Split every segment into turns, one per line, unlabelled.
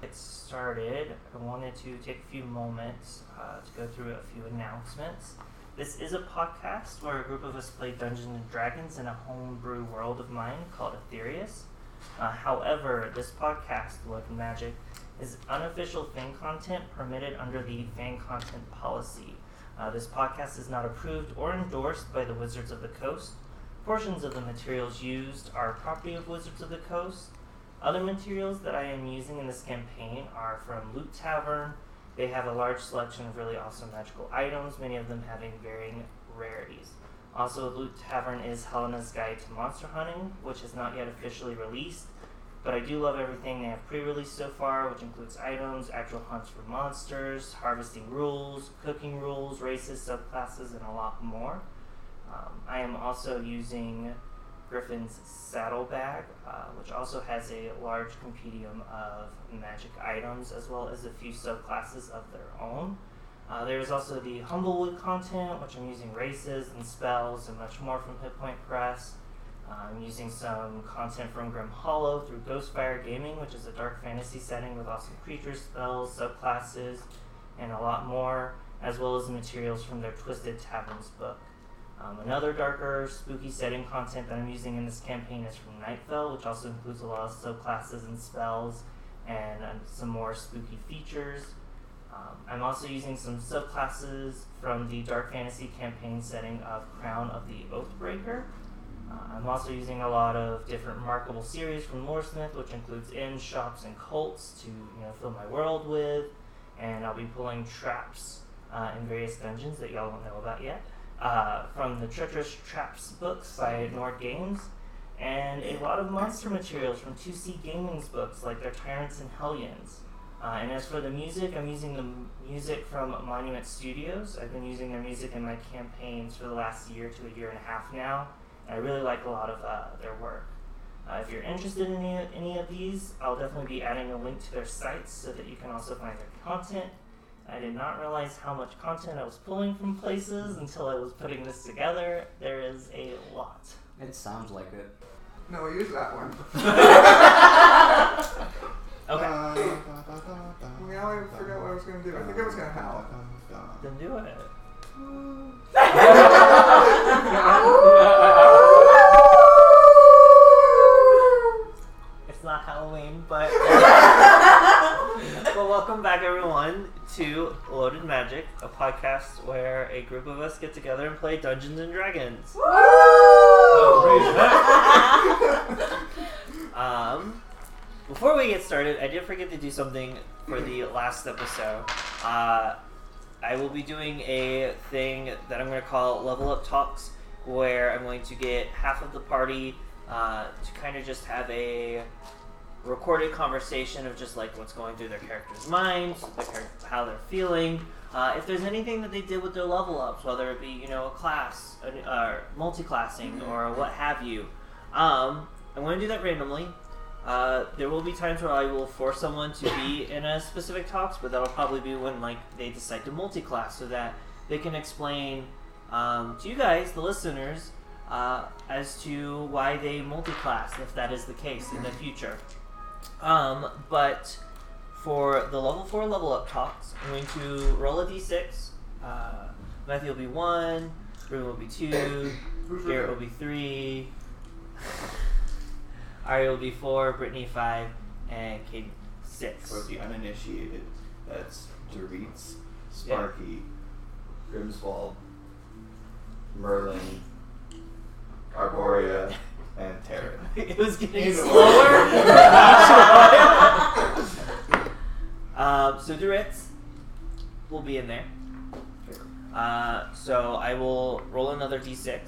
get started, I wanted to take a few moments uh, to go through a few announcements. This is a podcast where a group of us play Dungeons and Dragons in a homebrew world of mine called Aetherius. Uh, however, this podcast, Look Magic, is unofficial fan content permitted under the fan content policy. Uh, this podcast is not approved or endorsed by the Wizards of the Coast. Portions of the materials used are property of Wizards of the Coast. Other materials that I am using in this campaign are from Loot Tavern. They have a large selection of really awesome magical items, many of them having varying rarities. Also, Loot Tavern is Helena's Guide to Monster Hunting, which is not yet officially released, but I do love everything they have pre released so far, which includes items, actual hunts for monsters, harvesting rules, cooking rules, races, subclasses, and a lot more. Um, I am also using Griffin's Saddlebag, uh, which also has a large compendium of magic items as well as a few subclasses of their own. Uh, there is also the Humblewood content, which I'm using races and spells and much more from Hit Point Press. Uh, I'm using some content from Grim Hollow through Ghostfire Gaming, which is a dark fantasy setting with awesome creatures, spells, subclasses, and a lot more, as well as materials from their Twisted Taverns book. Um, another darker, spooky setting content that I'm using in this campaign is from Nightfell, which also includes a lot of subclasses and spells and um, some more spooky features. Um, I'm also using some subclasses from the dark fantasy campaign setting of Crown of the Oathbreaker. Uh, I'm also using a lot of different markable series from Loresmith, which includes inns, shops, and cults to you know fill my world with, and I'll be pulling traps uh, in various dungeons that y'all don't know about yet uh, from the Treacherous Traps books by Nord Games, and a lot of monster materials from 2C Gaming's books, like their Tyrants and Hellions. Uh, and as for the music, I'm using the m- music from Monument Studios. I've been using their music in my campaigns for the last year to a year and a half now, and I really like a lot of uh, their work. Uh, if you're interested in any, any of these, I'll definitely be adding a link to their sites so that you can also find their content. I did not realize how much content I was pulling from places until I was putting this together. There is a lot.
It sounds like it.
No, use that one.
Okay,
Uh, now I forgot what I was gonna do. I think I was gonna howl.
then do it. Oh! It's not Halloween, but uh, well, welcome back everyone to Loaded Magic, a podcast where a group of us get together and play Dungeons and Dragons. Um, before we get started, I did forget to do something for the last episode. Uh, I will be doing a thing that I'm going to call Level Up Talks, where I'm going to get half of the party uh, to kind of just have a recorded conversation of just like what's going through their character's minds, their char- how they're feeling. Uh, if there's anything that they did with their level ups, whether it be you know a class, an- uh, multi-classing, or what have you, um, I'm going to do that randomly. Uh, there will be times where I will force someone to be in a specific talks, but that'll probably be when like they decide to multi-class so that they can explain um, to you guys, the listeners, uh, as to why they multi-class if that is the case in the future. Um, but for the level four level up talks, I'm going to roll a d6. Uh, Matthew will be one, Ruben will be two,
Who's
Garrett will
Ruben?
be three, Ari will be E four, Brittany five, and Katie six.
For the uninitiated, that's Doritz, Sparky, Grimswald, Merlin, Arborea, and Terran.
it was getting
Either way.
slower. That's why. um, so Duritz will be in there. Uh, so I will roll another d6.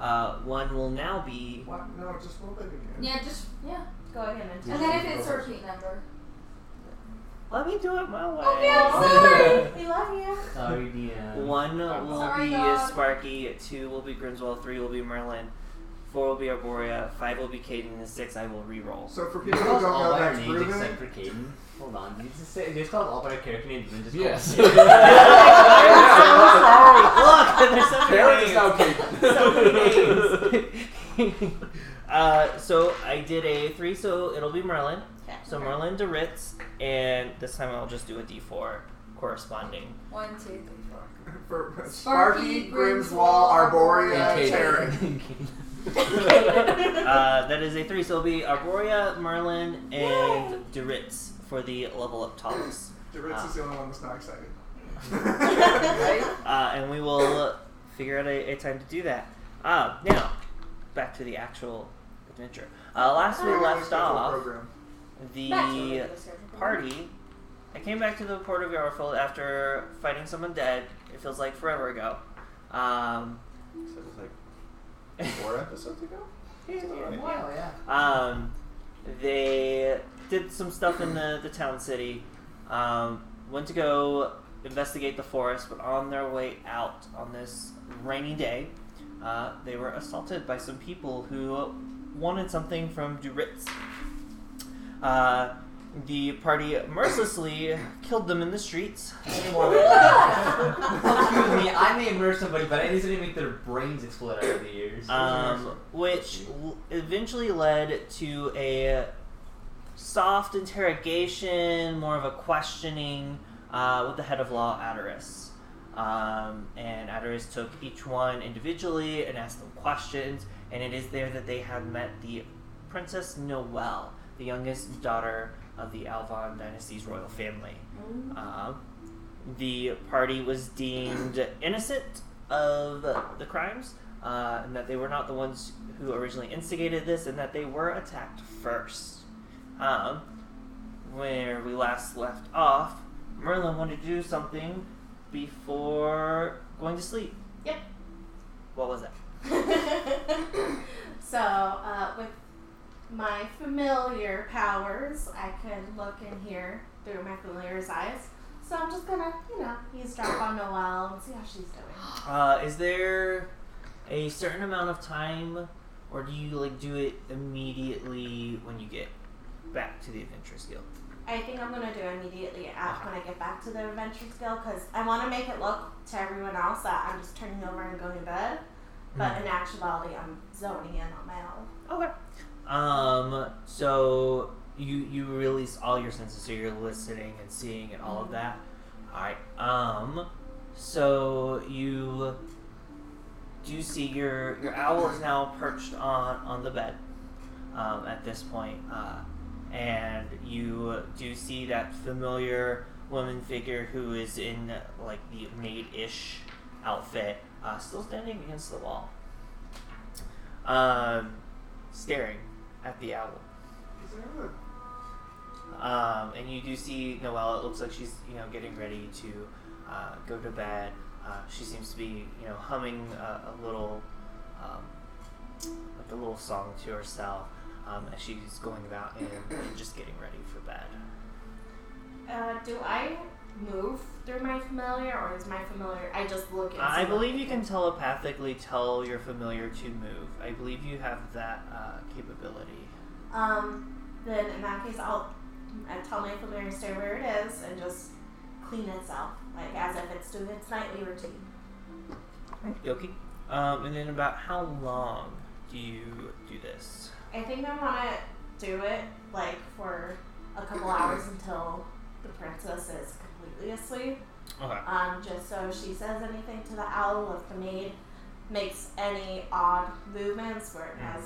Uh, one will now be
What? No, just roll it again.
Yeah, just yeah. Go ahead and.
Yeah.
And then if it's a repeat number.
Let me do it my way.
Okay, I'm sorry. we love you.
Sorry, DM.
One will
Sorry,
be
dog.
Sparky, two will be Grimswald, three will be Merlin, four will be Arborea, five will be Caden, and six I will re-roll.
So for
You
people who
called
don't
all
know,
our
that's
names except
Ruben.
for Caden. Hold on. Did you just say you just called all our character names and then just
Yes.
called Caden?
Sorry, look, there's so many
Terran is
names.
now Caden.
So many names. Uh, so I did a three, so it'll be Merlin.
Okay.
So Merlin to Ritz, and this time I'll just do a D4 corresponding.
One, two, three, four.
For
Sparky,
Sparky, Grimswall,
Grimswall,
Arborea,
and
Terran.
Uh, that is a three, so it'll be Arborea, Merlin,
Yay!
and Duritz for the level up tops.
Duritz is the only one that's not excited.
Right?
Uh, and we will figure out a, a time to do that. Uh, now, back to the actual adventure. Uh, last we
We're gonna
left
schedule a
off,
program.
Back to
the
regular schedule.
party. I came back to the port of Yarfield after fighting someone dead. It feels like forever ago. Um,
So it was like four episodes ago?
Wow, yeah.
um, they did some stuff in the, the town city. Um, went to go investigate the forest, but on their way out on this rainy day, uh, they were assaulted by some people who wanted something from Duritz. Uh, the party mercilessly killed them in the streets.
Excuse me, I may murder somebody, but at least I didn't make their brains explode over the years.
um, which l- eventually led to a soft interrogation, more of a questioning uh, with the head of law, Adaris. Um, and Adaris took each one individually and asked them questions, and it is there that they had met the Princess Noel, the youngest daughter of the Alvon dynasty's royal family. Um, the party was deemed innocent of the crimes, uh, and that they were not the ones who originally instigated this, and that they were attacked first. Um, where we last left off, Merlin wanted to do something before going to sleep.
Yep.
What was that?
so, uh, with my familiar powers, I could look in here through my familiar's eyes. So I'm just gonna, you know, eavesdrop on Noelle and see how she's doing.
Uh, is there a certain amount of time, or do you like do it immediately when you get back to the Adventurers Guild?
I think I'm gonna do it immediately after when I get back to the adventure skill because I want to make it look to everyone else that I'm just turning over and going to bed. But
Mm-hmm.
in actuality, I'm zoning in on my own.
Okay. Um. So you you release all your senses, so you're listening and seeing and all of that. All right. Um. So you do see your your owl is now perched on on the bed. Um. At this point. Uh. And you do see that familiar woman figure who is in like the maid-ish outfit, uh, still standing against the wall. Um staring at the owl.
Is there another
Um, and you do see Noelle. It looks like she's you know getting ready to uh, go to bed. Uh, she seems to be you know humming a, a little um, like a little song to herself um, as she's going about and, and just getting ready for bed.
Uh, do I move through my familiar, or is my familiar? I just look. and
I
see-
believe you can telepathically tell your familiar to move. I believe you have that uh, capability.
Um, then in that case, I'll I tell my familiar to stay where it is and just clean itself, like as if it's doing its nightly routine.
Yoki. Um, and then about how long do you do this?
I think I want to do it like for a couple hours until the princess is completely asleep.
Okay.
Um, just so if she says anything to the owl, if the maid makes any odd movements, where
Mm.
it has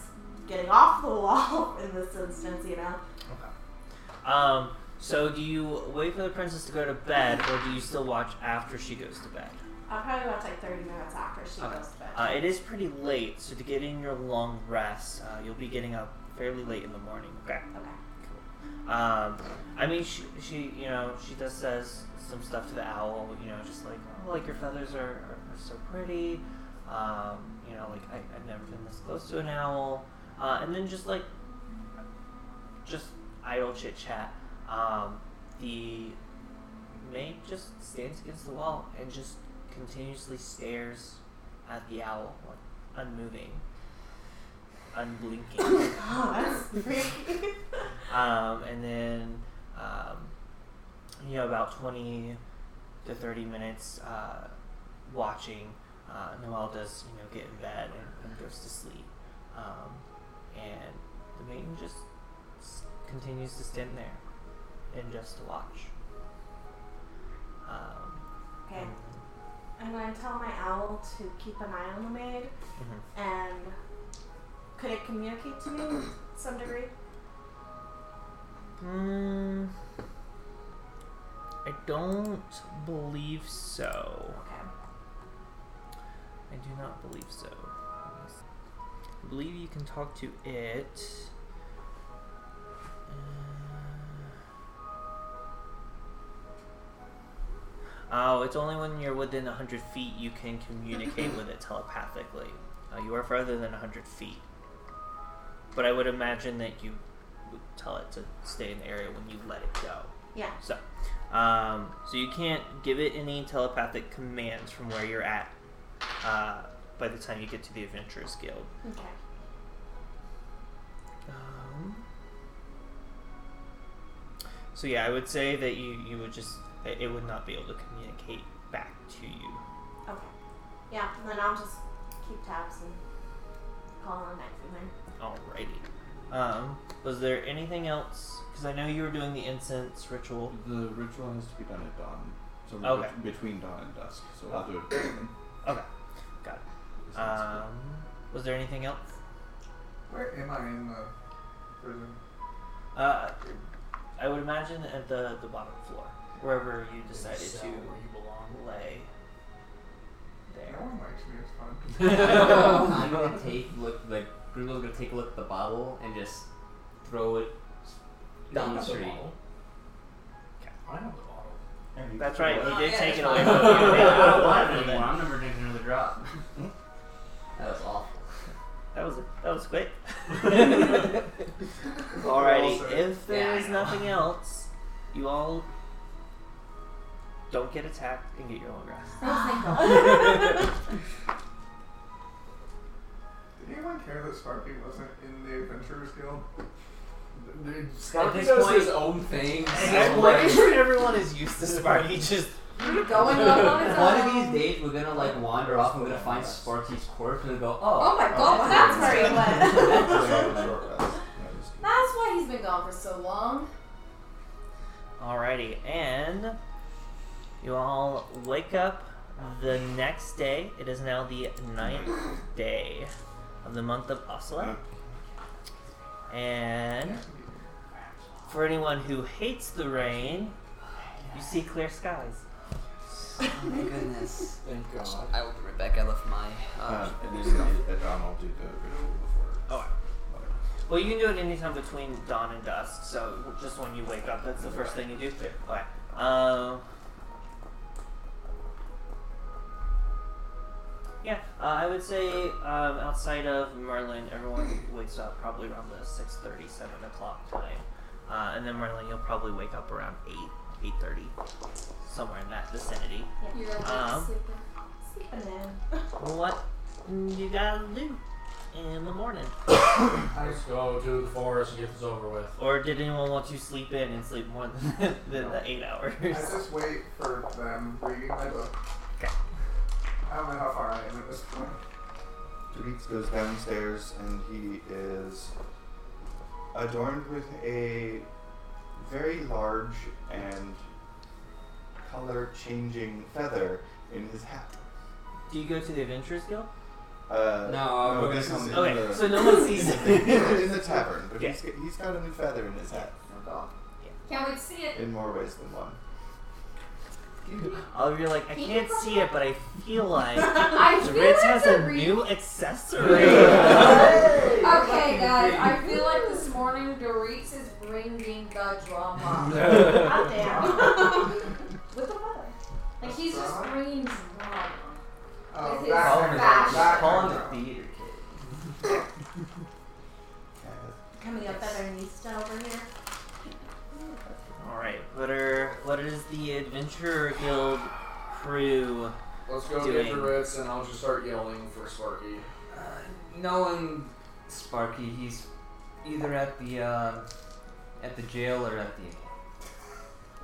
getting off the wall in this instance, you know.
Okay. Um, so do you wait for the princess to go to bed, or do you still watch after she goes to bed?
I'll probably watch like 30 minutes after she
Okay.
goes to bed.
Uh, it is pretty late, so to get in your long rest, uh, you'll be getting up fairly late in the morning. Okay.
okay.
Um, I mean, she, she, you know, she does says some stuff to the owl, you know, just like, oh, like your feathers are, are, are so pretty. Um, you know, like I, I've never been this close to an owl. Uh, and then just like, just idle chit chat. Um, the maid just stands against the wall and just continuously stares at the owl, like, unmoving, unblinking.
Oh, that's freaky.
Um, and then, um, you know, about 20 to 30 minutes uh, watching, uh, Noelle does, you know, get in bed and, and goes to sleep. Um, and the maiden just s- continues to stand there and just to watch. Um,
Okay. I'm gonna tell my owl to keep an eye on the maid.
mm-hmm.
And could it communicate to me to some degree?
Mm, I don't believe so.
Okay.
I do not believe so. I believe you can talk to it. Uh, Oh, it's only when you're within 100 feet you can communicate with it telepathically. Uh, you are further than 100 feet. But I would imagine that you would tell it to stay in the area when you let it go.
Yeah.
So, um, so you can't give it any telepathic commands from where you're at. Uh, by the time you get to the Adventurers Guild.
Okay.
Um, so yeah, I would say that you you would just it it would not be able to communicate back to you.
Okay. Yeah. And then I'll just keep tabs and call on night from there.
Alrighty. Um, was there anything else? Because I know you were doing the incense ritual.
The ritual has to be done at dawn. Somewhere
Okay.
bet- between dawn and dusk. So I'll do it. Then.
Okay, got it. Um, was there anything else?
Where am I in the prison?
Uh, I would imagine at the the bottom floor, wherever you decided
Cell
to
where you belong.
lay. There.
No one likes me. It's fun.
I'm gonna take look like Grimo's gonna take a look at the bottle and just throw it down the street.
I have the bottle.
That's right.
Oh,
He did
yeah,
take
that's
it
fine.
away
I
from you.
don't want it anymore. I'm never drinking another drop. that was awful.
That was that was quick.
Also-
Alrighty. If
Yeah,
there
I
is
know.
nothing else, you all don't get attacked and get your own rest.
Did anyone care that Sparky wasn't in the Adventurers Guild?
At
Sparky
this
does
point-
his own thing.
At
so,
this
like,
point-
sure everyone is used to Sparky just
Going
"Oh,
on his
One of
own.
these days we're gonna like wander off. I'm gonna find Sparky's corpse and go, oh,
Oh my god,
That's where he
That's
went.
a short rest. No, just kidding.
That's why he's been gone for so long.
Alrighty, and you all wake up the next day. It is now the ninth day of the month of Osla. And for anyone who hates the rain, you see clear skies.
oh my goodness.
Thank God.
I will be right back. I left my.
Uh,
Uh,
and then at- at dawn I'll do the ritual before.
Oh,
whatever.
well, you can do it anytime between dawn and dusk, so just when you wake up, that's the first thing you do. Alright. Um. Yeah, uh, I would say um, outside of Merlin, everyone wakes up probably around the 6.30, 7 o'clock time. Uh, and then Merlin, you'll probably wake up around 8, 8.30, somewhere in that vicinity.
You're gonna
Um.
be sleeping.
Sleeping in.
What you gotta do in the morning?
Let's go to the forest and get this over with.
Or did anyone want to sleep in and sleep more than, than the eight hours?
I just wait for them reading my book.
'Kay.
I don't know how far I am at this point.
Dweets goes downstairs and he is adorned with a very large and color changing feather in his hat.
Do you go to the Adventurers Guild?
Uh,
No, we're
this
gonna
is in
come
Okay,
the,
so no one sees
in
it.
the- in the tavern, but
Yeah.
he's, g- he's got a new feather in his hat
Can't wait to see it.
in more ways than one.
All of you are like, I can't see it, but I feel like
I feel
Ritz
like
has
the
a
re-
new accessory.
Okay, guys, I feel like this morning Doris is bringing the drama.
Out there.
With the weather. Like, he's just bringing drama.
Oh,
This is
that
Colin fashion.
that
Colin
I know.
theater
Coming up better than Easta over here.
Alright, what are what is the Adventurer Guild crew?
Let's go
Doing-
get the Ritz and I'll just start yelling for Sparky.
knowing Sparky, he's either at the uh, at the jail or at the.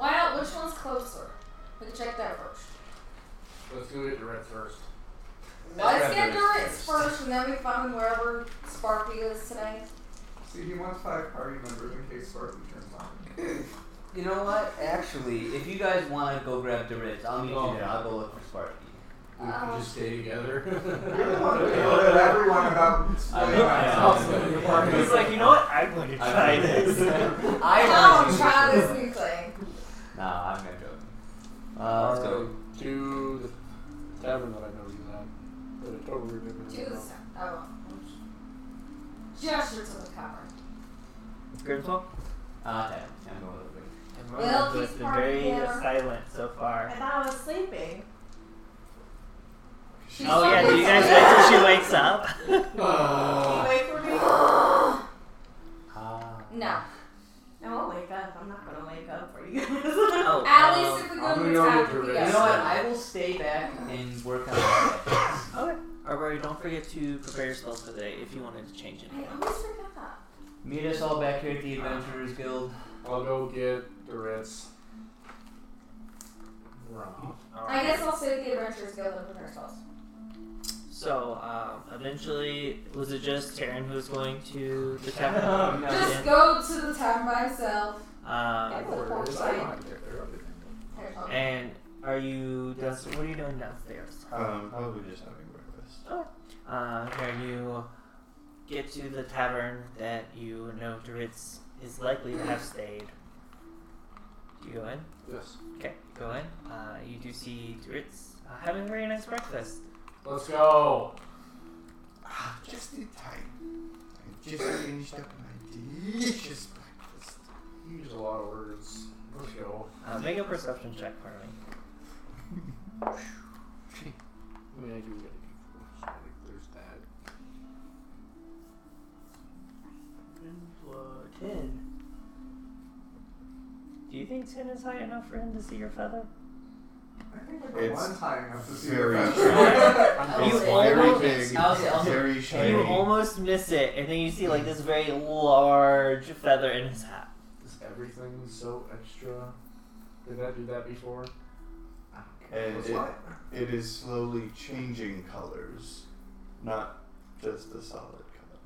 Wow, which one's closer? We can check that first.
Let's go get the Ritz first.
Let's
grab
get
Doris
Doris first, and then we find wherever Sparky is today.
See, he wants five party members in case Sparky turns on.
You know what? Actually, if you guys want to go grab the Ritz, I'll meet
Oh.
you there. I'll go look for Sparky.
We can
Um,
just stay together.
You're the one who yelled at everyone about splitting
I
myself.
know.
He's like, you know what? I'm going to try this.
I
Don't
heard you.
try this new thing.
No, I'm not joking. Uh, let's go.
To the tavern that I know you at, but I don't remember. the
Do
name
this. Oh. Gesture to the cover.
Grimthal?
Uh, okay. I'm going with it.
Everyone
Well,
else has
he's
been
part uh,
very
here.
silent so
I
far.
thought I was sleeping.
She's
Oh yeah, do
fucking
you guys
scared.
wait till she wakes up? Ah.
Can you wait for me?
Uh,
No.
I won't wake up. I'm not gonna wake up for you guys.
Oh.
At least if we
I'm
go to
gonna
the
go get
tavern, we
the
get
you
rest.
know what? I will stay back and work on that.
Okay. Alright, don't forget to prepare yourselves for the day if you wanted to change
I
anything.
always forget that.
Meet us all back here at the Adventurers Guild.
I'll go get the Ritz. Wrong.
I guess I'll stay at the Adventurers Guild and prepare ourselves.
So, um, eventually, was it just Taryn who was going to the tavern?
Oh, no.
Just
Yeah.
go to the tavern by himself.
Uh,
Get the
Where
pork
is
pie.
that?
Okay.
and are you downstairs? What are you doing downstairs?
Um, probably just having breakfast.
Uh, here you get to the tavern that you know Doritz is likely to have stayed. Do you go in?
Yes.
Okay, you go in. Uh, you do see Doritz uh, having a very nice breakfast.
Let's go.
Ah, just in time. I just finished up my delicious breakfast.
You use a lot of words. Let's go.
Uh, make a perception check for me.
I mean, I do get it. So, like, there's that.
Ten. Do you think ten is high enough for him to see your feather?
I think like
It's
one time enough to see
very
the
true.
You
I'll say-
almost-
very big,
I'll say- I'll say-
very shiny.
You almost miss it, and then you see like this very large feather in his hat.
Is everything so extra? Did I do that before?
and
What's
it,
what?
it is slowly changing colors, not just a solid color,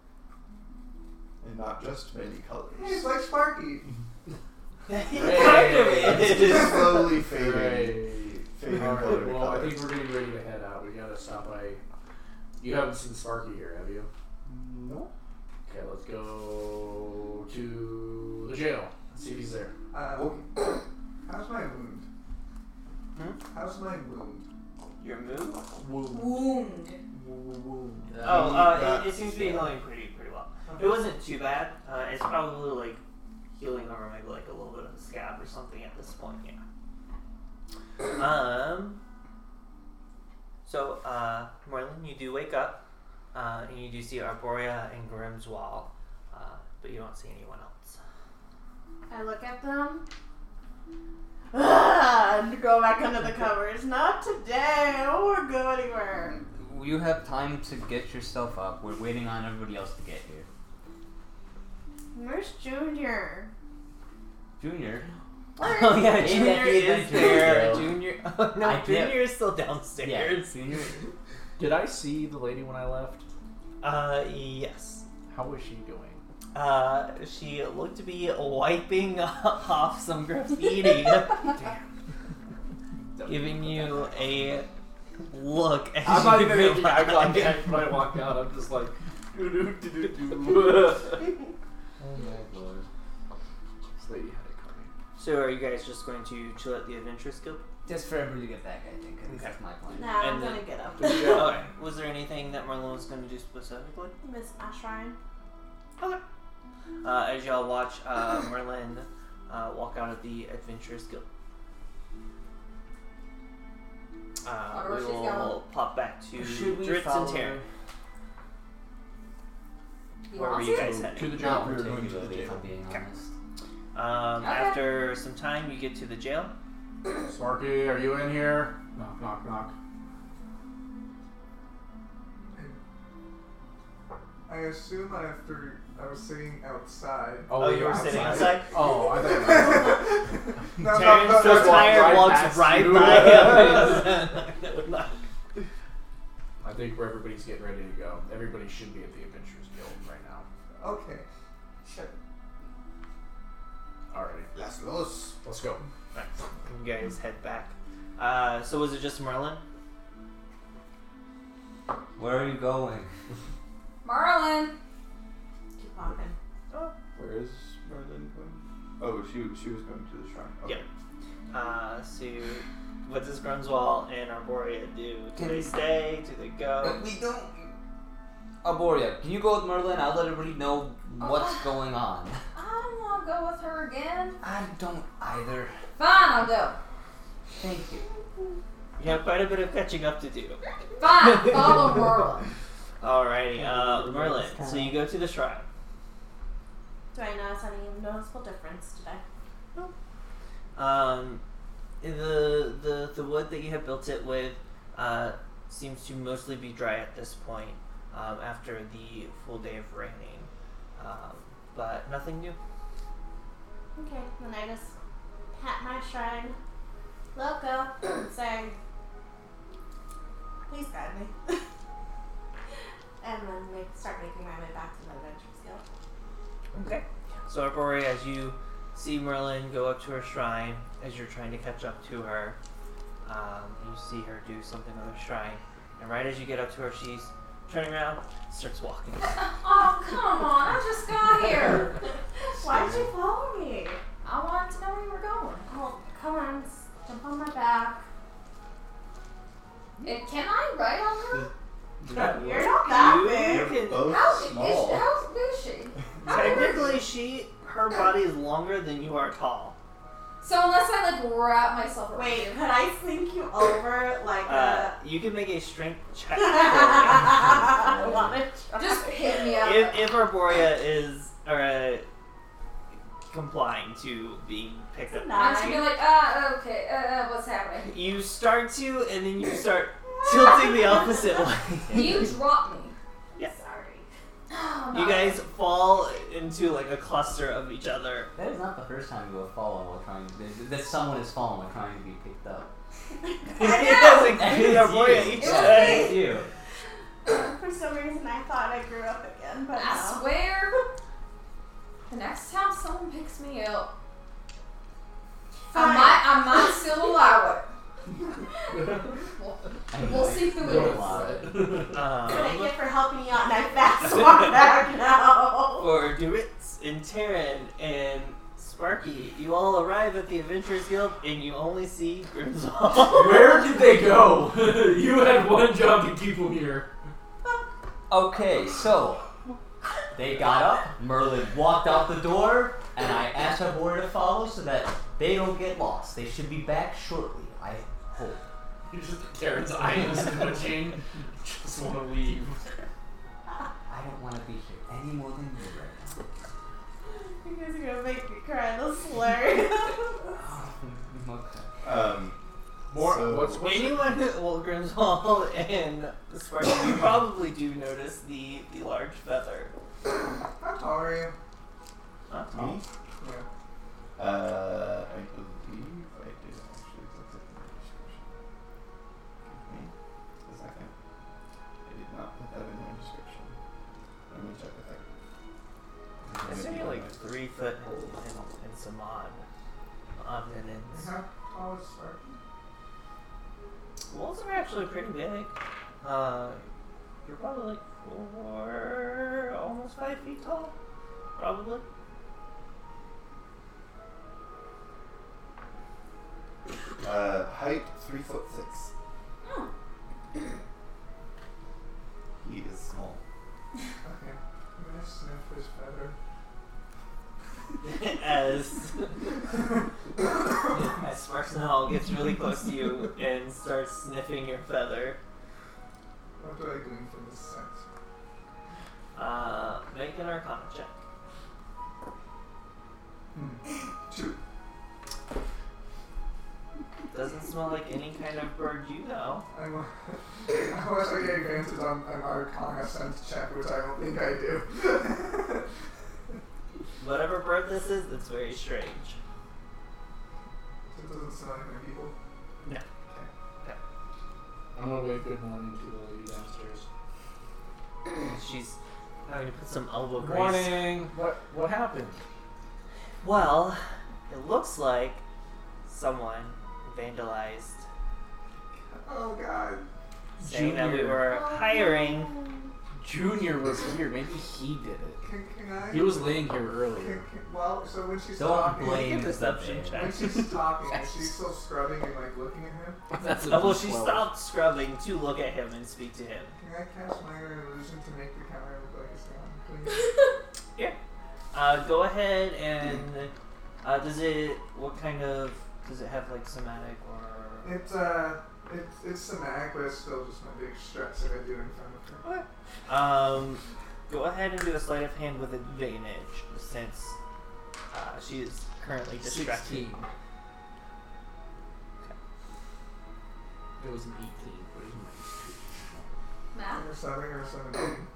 and not just many
Hey, it's
colors.
like Sparky.
Kind of
it
is.
is slowly fading,
Great.
fading
All
color
right.
to
Well, I
color.
think we're getting ready to head out. We gotta stop by. You haven't seen Sparky here, have you?
No.
Okay, let's go to the jail. See if he's there.
Uh,
Oh,
how's my wound?
Hmm?
How's my wound?
Your move?
Wound.
Oh,
Uh,
uh, it, it
that's-
seems to be healing pretty pretty well. It wasn't too bad. Uh, it's probably like healing over maybe like a little bit of a scab or something at this point. Yeah. Um. So, uh, Merlin, you do wake up, uh, and you do see Arborea and Grimswall, uh, but you don't see anyone else.
I look at them. Ah, and go back under the covers. Not today. I won't go anywhere.
You have time to get yourself up. We're waiting on everybody else to get here.
Nurse Junior.
Junior.
Where
Oh
is-
yeah,
Hey,
Junior
Becky,
is
thank you.
there.
Yeah.
Junior, oh no,
I did.
Junior is still downstairs.
Junior.
Did I see the lady when I left?
Uh, yes.
How was she doing?
Uh, she looked to be wiping off some graffiti, giving you a look. As
I'm not
you
even
go
making
by.
eye contact when I walk out. I'm just like, doo doo doo doo doo.
Oh my lord.
This lady had it coming.
So, are you guys just going to chill at the Adventure Scoop?
Just for everybody to get back, I think.
Okay.
That's my plan.
Nah, I'm
And
gonna get up.
Alright. Was there anything that Merlin was going to do specifically?
Miss Ashrine.
Uh, as y'all watch uh, Merlin uh, walk out of the Adventurers Guild. Uh,
Alright,
we
she's
will
going.
pop back to
Should we
Dritz
follow
and Terran.
He
Where were
wants
you
it?
guys
To-
heading?
To the
job.
job.
We're going to the
if
jail.
I'm being
Okay.
honest.
Um,
Okay.
After some time, you get to the jail.
Sparky, are you in here? Knock, knock, knock.
I assume after I was sitting outside.
Oh, you were sitting outside.
Oh, I
no,
thought.
no,
Terrence
no,
so
that's why-
tired
right
walks
past
right
you.
by him.
I think everybody's getting ready to go. Everybody should be at the Adventurers Guild right now.
Okay.
Vamos.
Let's go.
Right. You guys head back. Uh, so was it just Merlin?
Where are you going?
Marlin!
Keep walking.
Where is Merlin going? Oh, she she was going to the shrine. Okay.
Yep. Uh, so you, what does Grunswall and Arborea do? Do
Can
they
we-
stay? Do they go?
But Uh, we don't. Arboria, can you go with Merlin? I'll let everybody know what's going on.
I don't want to go with her again.
I don't either.
Fine, I'll go.
Thank you.
You have quite a bit of catching up to do.
Fine, follow Merlin.
Alrighty, uh, Merlin. So you go to the shrine.
Do I notice any noticeable difference today?
Um, the the the wood that you have built it with uh, seems to mostly be dry at this point um, after the full day of raining, um, but nothing new.
Okay, then I just pat my shrine, look up, and say, please guide me. and then make, start making my way back to the Adventurers Guild.
Okay. So Arborea, as you see Merlin go up to her shrine, as you're trying to catch up to her, um, you see her do something on her shrine, and right as you get up to her, she's turning around, starts walking.
Oh, come on. I just got here.
Why'd you follow me?
I wanted to know where you were going.
Oh, come on, s- jump on my back.
And can I ride on her?
You're not that
You
big.
can-
Both
How is,
small.
how big is she?
Technically, she her body is longer than you are tall.
So unless I like wrap myself around
Wait,
you.
could I sink you over like
Uh,
a.
you can make a strength check.
I wanna try.
just hit me up.
if if Arborea is or uh, complying to being picked up,
I should be like, ah, okay, uh, uh, what's happening?
you start to, and then you start tilting the opposite way.
You drop me.
Yeah.
Sorry.
Oh,
You
no.
guys fall into like a cluster of each other.
That is not the first time you have fallen while trying to. That, that someone has fallen while trying to be picked up.
Yes, including
It's
Arborea
you.
each
It's
time.
It's you.
For some reason, I thought I grew up again, but
I
no.
swear, the next time someone picks me up, I
Fine.
might, I might still allow it. We'll,
I know.
we'll see who it
Don't
is.
allow it.
That's what I
Um,
get for helping you out, and I fast walk back now.
for Duritz and Taryn and Sparky, you all arrive at the Adventurers Guild, and you only see Grimswald.
Where did they go? you had one job to keep them here.
Okay, so they got up. Merlin walked out the door, and I asked her where to follow so that they don't get lost. They should be back shortly. I hope.
Karen's eyes twitching. Just want to leave.
I don't want to be here any more than you right
You guys are gonna make me cry. The slur.
now. okay.
Um,
More.
So-
what's what's
Anyone who, well, Grimswald and Sparky, you probably do notice the, the large feather.
How tall are you?
me? Uh, I believe I did actually look at my description. Give me a second. I did not put that in my description. Let me check if I can.
It's
Maybe
only
not.
like three foot and, and, and some odd. Um, and it's,
How tall is Sparky?
walls are actually pretty big. Uh, you're probably like four, almost five feet tall, probably.
Uh, height three foot six.
Oh.
he is small.
Okay. I'm gonna sniff his feather.
as as Sparsenhall gets really close to you and starts sniffing your feather.
What do I glean from this sense?
Uh, make an Arcana check.
Two.
Doesn't smell like any kind of bird you know.
I'm, I wish I get advantage on an Arcana sense check, which I don't think I do.
Whatever bird this is, it's very strange.
it doesn't sound like medieval.
I'm gonna wave good morning to the lady downstairs.
She's having to put some elbow
Good
grease.
morning. What what happened?
Well, It looks like someone vandalized
Oh god.
saying that we
Junior.
were hiring.
Junior was here. Maybe he did it.
Can, can I?
He was laying here
Can,
earlier.
can, well, so when she's
Don't
talking,
blame
Give deception
the
check.
when she's talking, is she still scrubbing and like looking at him?
That's a
Oh, well, she
twelve.
stopped scrubbing to look at him and speak to him.
Can I cast minor illusion to make the counter look like it's gone, please?
Uh, go ahead and uh, does it? What kind of? Does it have like somatic or?
It's uh, it's it's somatic, but it's still just my big stress that I do in front of her.
Um, go ahead and do a sleight of hand with advantage since uh, she is currently distracted.
Sixteen. It was an eighteen. but it was minus
Math?
Or something or something.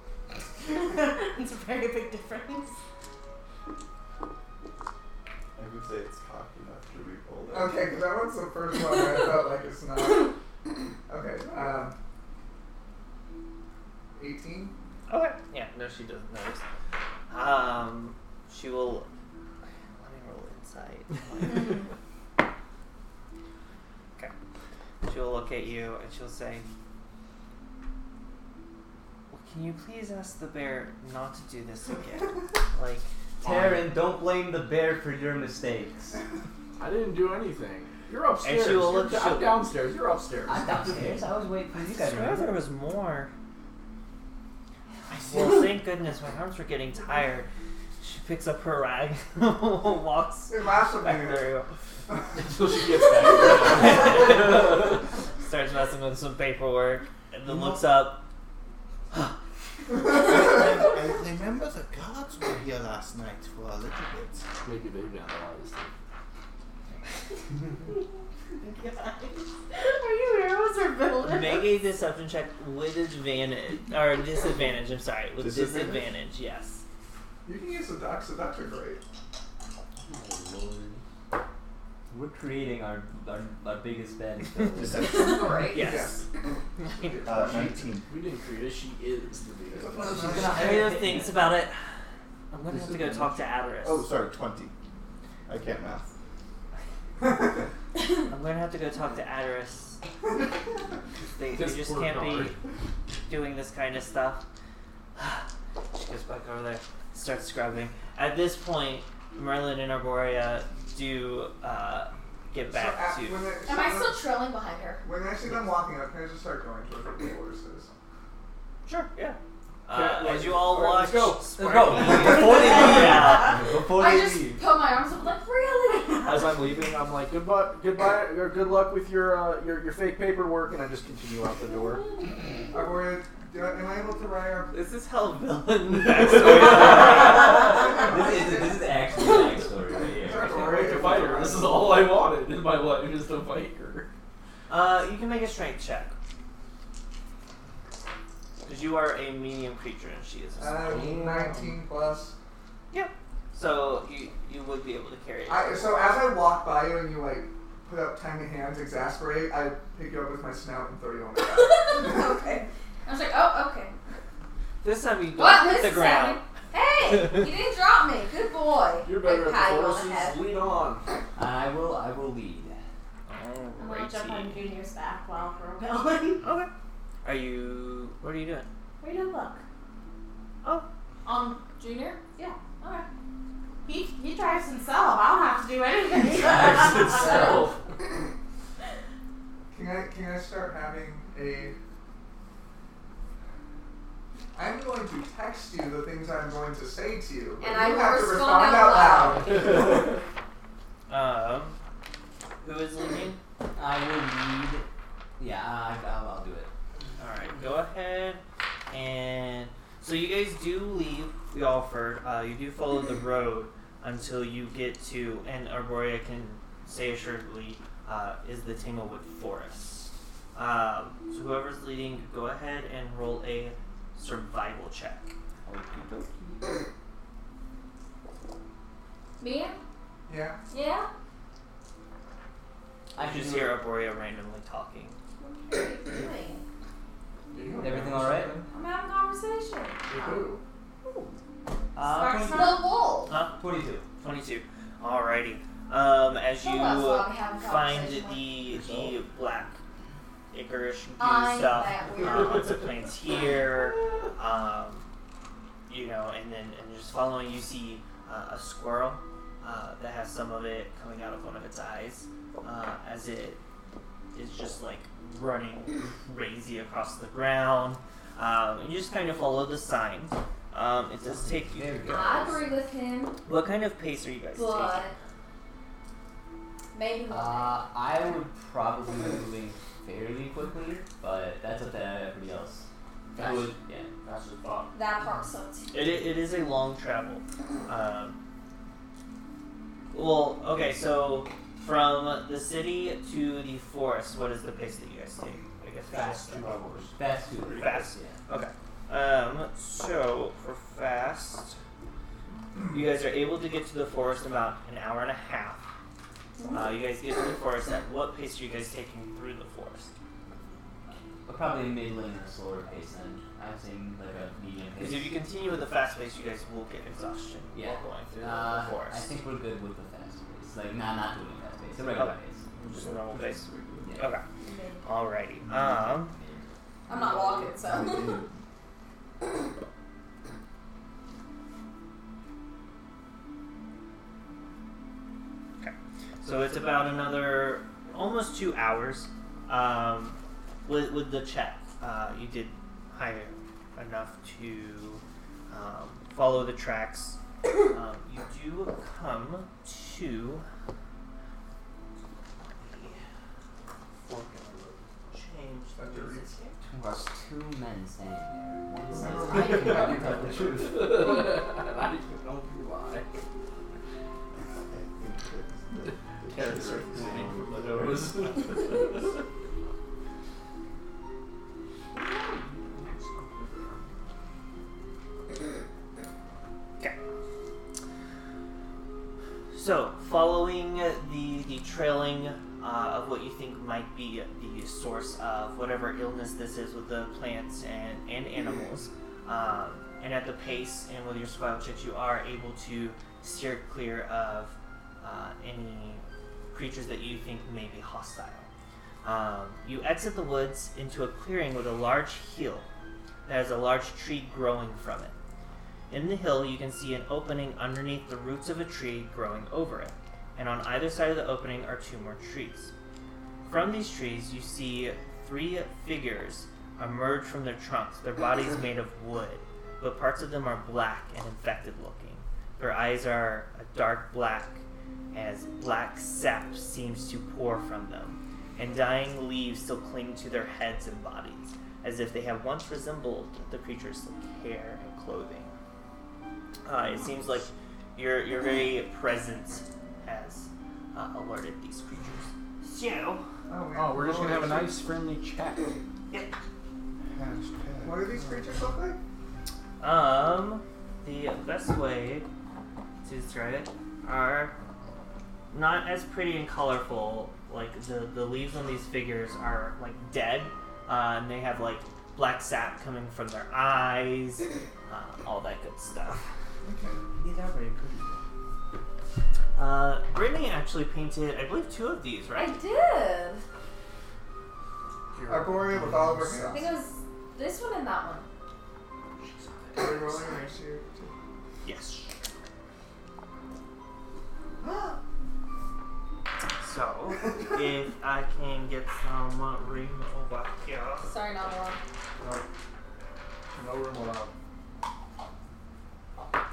it's a very big difference.
I would say it's cocky enough to re-roll that.
Okay, because that one's the first one where I felt like it's not. Okay, um, eighteen.
Okay. Yeah, no, she doesn't notice. Um, she will. Let me roll inside. okay. She will look at you and she'll say, well, "Can you please ask the bear not to do this again? like,
Taryn, don't blame the bear for your mistakes.
two. I didn't do anything. You're upstairs.
she will
You're
look-
da-
she'll-
I'm downstairs. You're upstairs.
I'm downstairs. I was waiting for you
I
guys.
swear there
remember?
was more." Well, thank goodness my arms were getting tired. She picks up her rag, walks
It lasts a
back
minute.
there.
Until she gets back.
starts messing with some paperwork, and then
Mm-hmm.
looks up.
I remember the guards were here last night for a little bit.
Maybe they vandalized it.
Are you heroes or villains?
Make a deception check with advantage or disadvantage. I'm sorry, with disadvantage.
Disadvantage?
yes.
You can use the doc seductor grade.
We're creating our our, our biggest bad. film.
Great.
Yes.
Uh, 19.
We didn't create it. She is the
It's
beer.
a plus
She's
nine.
gonna-
I know things about it. I'm gonna have to go talk to Adris.
Oh, sorry, 20. I can't math.
I'm gonna have to go talk to Adris. They, they
This
just
poor
can't be
guard.
doing this kind of stuff. she goes back over there, starts scrubbing. At this point, Merlin and Arborea do uh, get
So,
back
uh,
to.
when, I,
Am I still trailing behind her?
when I see them walking up, can I just start going towards where the horses?
Sure, yeah. Uh,
Yeah,
as you all
alright,
watch,
let's go.
Let's go before they leave. Before
I
they
just
leave.
put my arms up like, really?
As I'm leaving, I'm like, goodbye, goodbye, or good luck with your uh, your, your fake paperwork, and I just continue out the door.
Uh, or do I, am I able to ride up?
this is how villain
This is this is actually a nice story right here.
Break a fighter. This is all I wanted in my life, is to fight her.
Uh, you can make a strength check. Because you are a medium creature and she is a small.
Uh, 19 plus.
so you, you would be able to carry it.
I, so as I walk by you and you like put up tiny hands, exasperate, I pick you up with my snout and throw you on the ground.
okay. I was like, oh, okay.
this time you don't
What?
hit
This
the
is
ground.
Hey, you didn't drop me. Good boy.
You're better
I
at
pat
the
you on the
horses.
head.
Lead on.
I will I will lead.
I'm gonna jump on
Alrighty.
Junior's back while we're going.
Oh, Okay. Are you. What are you doing?
Read a book.
Um, Junior?
Yeah.
Okay.
He he drives himself. I don't have to do anything.
drives himself.
Can I can I start having a? I'm going to text you the things I'm going to say to you, but
And
you
I will
have to
respond
respond
out
out loud.
Um, who is leading?
I will lead. Yeah, I, I'll, I'll do it.
Alright, go ahead and so you guys do leave the Alford. Uh, you do follow the road until you get to, and Arborea can say assuredly, uh, is the Tinglewood Forest. Um, so whoever's leading, go ahead and roll a survival check.
Me?
Yeah.
Yeah?
I
You
should
just
do it.
hear Arborea randomly talking.
What are you doing?
Everything all right?
I'm having a conversation.
Uh,
Sparks the wall.
huh?
Uh, Twenty-two.
Twenty-two. Alrighty. um, as you
Well, that's why we have a
find
conversation.
the the black Icarus goo
I'm
stuff
that weird.
uh, on some planes here, um, you know, and then and just following, you see uh, a squirrel uh, that has some of it coming out of one of its eyes uh, as it is just like running crazy across the ground. Um, and you just kind of follow the signs. Um, it does take you. There
I agree with him,
What kind of pace are you guys
but
taking?
maybe one day.
Uh, I would probably be moving fairly quickly, but that's up to everybody else. I would, yeah.
That's the thought.
that part sucks.
It, i- it is a long travel. Um, well, okay, so from the city to the forest, what is the pace that you guys take? I guess
Fast
two
hours. Fast food.
Fast. Okay. Um, so for fast, you guys are able to get to the forest in about an hour and a half. Uh, you guys get to the forest. At what pace are you guys taking through the forest?
But probably middling or slower pace then. I would say like a medium pace.
Because if you continue with the fast pace, you guys will get exhaustion
Yeah.
while going through
uh,
the forest.
I think we're good with the fast pace. Like, not not doing fast pace. The regular
Okay.
pace.
Just a normal pace.
Yeah.
Okay. Alrighty. Um.
I'm not walking, so.
So it's about another almost two hours. Um, with with the check, uh, you did hire enough to um, follow the tracks. Um, you do come to the fork in the road. Change the
Dr.
music
Reeves.
here.
There's two men standing there. One says,
Oh.
I can never tell the truth.
I don't know if you lie. Character name from the nose.
So, following the the trailing uh, of what you think might be the source of whatever illness this is with the plants and, and animals, um, and at the pace and with your survival checks, you are able to steer clear of uh, any creatures that you think may be hostile. Um, you exit the woods into a clearing with a large hill that has a large tree growing from it. In the hill, you can see an opening underneath the roots of a tree growing over it, and on either side of the opening are two more trees. From these trees, you see three figures emerge from their trunks, their bodies made of wood, but parts of them are black and infected looking. Their eyes are a dark black, as black sap seems to pour from them, and dying leaves still cling to their heads and bodies, as if they have once resembled the creature's hair and clothing. Uh, it seems like your your very presence has uh, alerted these creatures. So,
Oh, man.
Oh, we're just gonna have a nice friendly chat.
Hashtag.
What do these creatures look like?
um, the best way to describe it are not as pretty and colorful. Like the the leaves on these figures are like dead, uh, and they have like black sap coming from their eyes, uh, all that good stuff.
Okay.
These are very pretty. Uh, Brittany actually painted, I believe, two of these,
I
right?
did.
Arboreal with Oliver
I
Hands.
think it was this one and that one.
Are we rolling or is she-
Yes. So, if I can get some ring over here.
Sorry, not one.
No room allowed.
I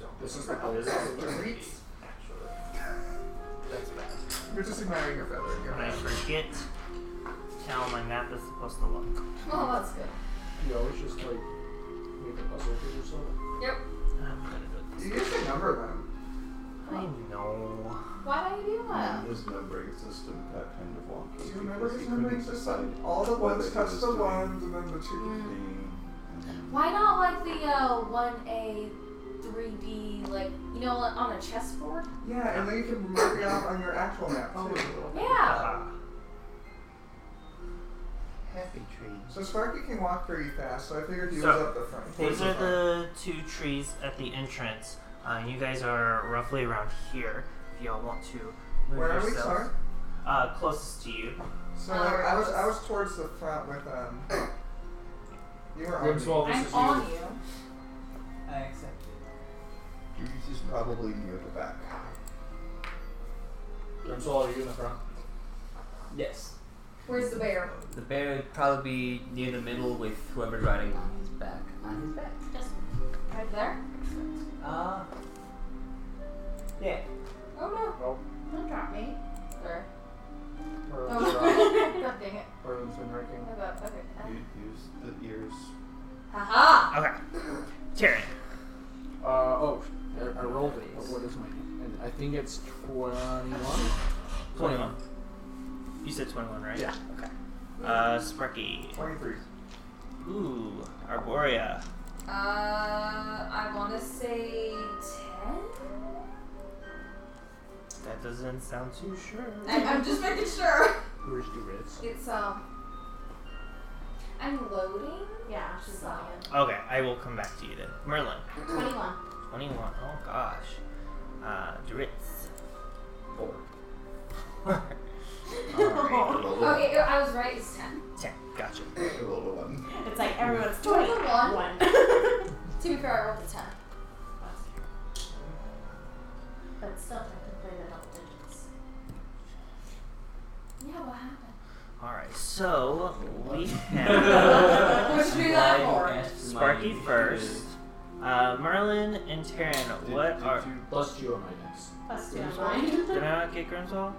don't
This is the
know.
this is the
Actually, that's bad.
You're just ignoring your feather. You're
When I
not.
forget how my map is supposed to look.
Oh, that's good.
You always just like make a puzzle for yourself.
Yep.
I'm gonna do
You used to number them.
it. I know.
Why don't you do that?
His numbering system got kind of wonky.
Do you remember
because he
his
couldn't
numbering
decide
system? All the
whether
ones
he
touch
was
the
doing
ones and then the two.
the-
Mm.
and
Why not like the uh, 1A, 3D, like, you know, like on a chessboard?
Yeah, and then you can mark it out on your actual map too.
Yeah.
Uh,
Happy trees.
So Sparky can walk pretty fast, so I figured he
So,
was up the front.
These are the two trees at the entrance. Uh, you guys are roughly around here. if y'all want to move
Where are we?
yourselves.
Sorry.
Uh, closest to you.
So I was I was towards the front with um. You were on.
Grim
me.
Swallow, this
I'm
is
on
you.
you.
I accept it.
Yours is probably near the back.
Grim Swallow, are you in the front?
Yes.
Where's the bear?
The bear would probably be near the middle with whoever's riding on his back. On his back.
Just right there.
Uh. Yeah.
Oh
Well,
no! Don't drop me. There.
Merlin's drunk.
Oh. God dang it!
Merlin's been drinking.
I got okay.
You use the ears.
Haha!
Okay. Tyrion.
Uh, oh, I, I rolled it. But what is my and I think it's 21.
21. You said 21, right?
Yeah.
Okay. Uh, Sparky.
Twenty-three.
Ooh, Arborea.
Uh, I want to say
That doesn't sound too sure.
ten. I, I'm just making sure.
Where's the Ritz?
It's um
I'm loading.
yeah, she's not
Okay, I will come back to you then. Merlin.
in. Twenty one.
21. Oh gosh. Uh, Dritz.
Four.
Alright.
Roll a-
Okay, I was right. It's ten.
10. Gotcha.
roll a one.
It's like everyone's
Twenty
twenty
one.
one.
To be fair, I rolled a ten.
But still technically the double digits.
Yeah, what happened?
Alright, so we have
What should we do that
Why
for?
you ask
Sparky
my-
first. Uh, Merlin and Tyrion,
Did-
what
did
are.
you-
Plus two on my next.
Plus two
Who's
on mine.
Did I not get Grimswall?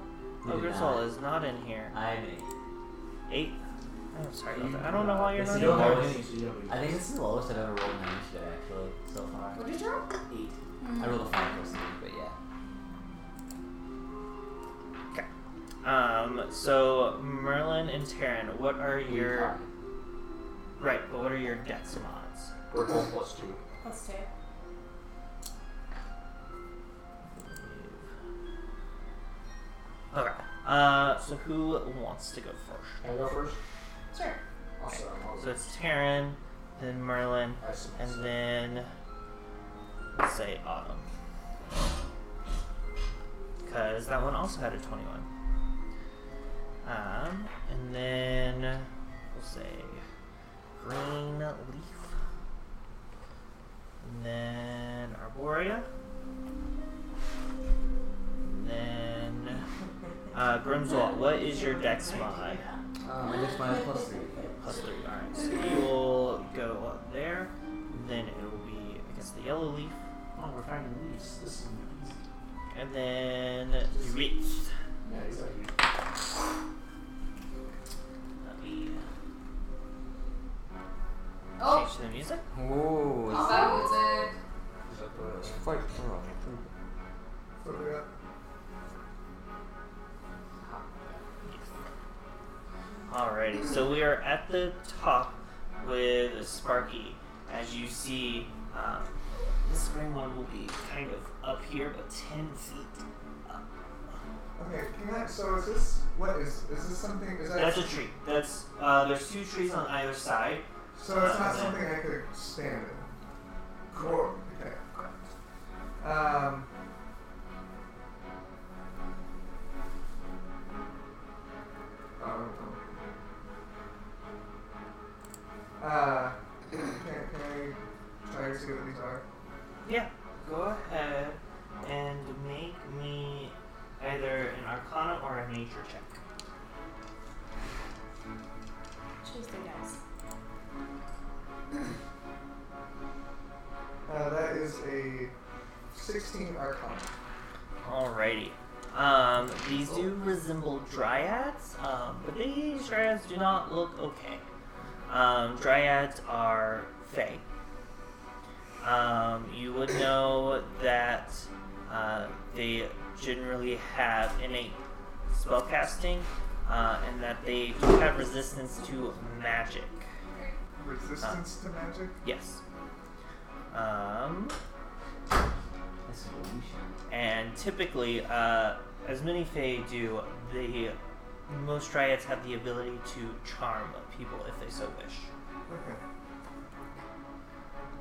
We
Oh,
did
Grimswall
not.
is not in here.
I am
8.
eight.
I'm Oh, sorry about that. I don't know why you're
Yes,
not
you don't
in
have
here.
it.
I
I think this is the lowest I've ever rolled in my initiative, actually, so far.
What did you roll?
Eight. I rolled a five plus three, but yeah.
Um, so Merlin and Taryn, what are your right? But what are your dex mods?
We're both plus two.
Plus two.
Okay. Uh, so who wants to go first?
Can I go first?
Sure.
Also, I'm
So it's Taryn, then Merlin,
I submit.
and then let's say Autumn, because that one also had a twenty-one. Um, and then we'll say Green Leaf, and then Arborea, and then uh, Grimswald. What is your dex mod?
Uh, my next one is plus three.
Plus three. All right. So you will go up there. Then it will be, I guess, the yellow leaf.
Oh, we're finding leaves. This is easy.
And then Dritz.
Yeah, exactly.
Let me
Oh,
change the music.
Ooh, it's
that was it.
Is that the
fight girl.
So we got
Alrighty. So we are at the top with Sparky. As you see, um, this green one will be kind of up here, but ten feet.
Okay, can I? So is this what is is this something? Is that
That's a tree. That's uh, there's two trees on either side.
so? It's not something I could stand in. Cool. Okay. Um. um, Uh, can, can I try to see what these are?
Yeah, go ahead and make me either an arcana or a nature check.
Choose three dice.
Uh, that is a 16 arcana.
Alrighty. Um, these do resemble dryads, um, but these dryads do not look okay. Um, dryads are fey. Um, you would know that uh, they generally have innate spellcasting, uh, and that they do have resistance to magic.
Resistance to magic?
Yes. Um,
This is what we should.
and typically, uh, as many Fae do, the most Dryads have the ability to charm people if they so wish.
Okay.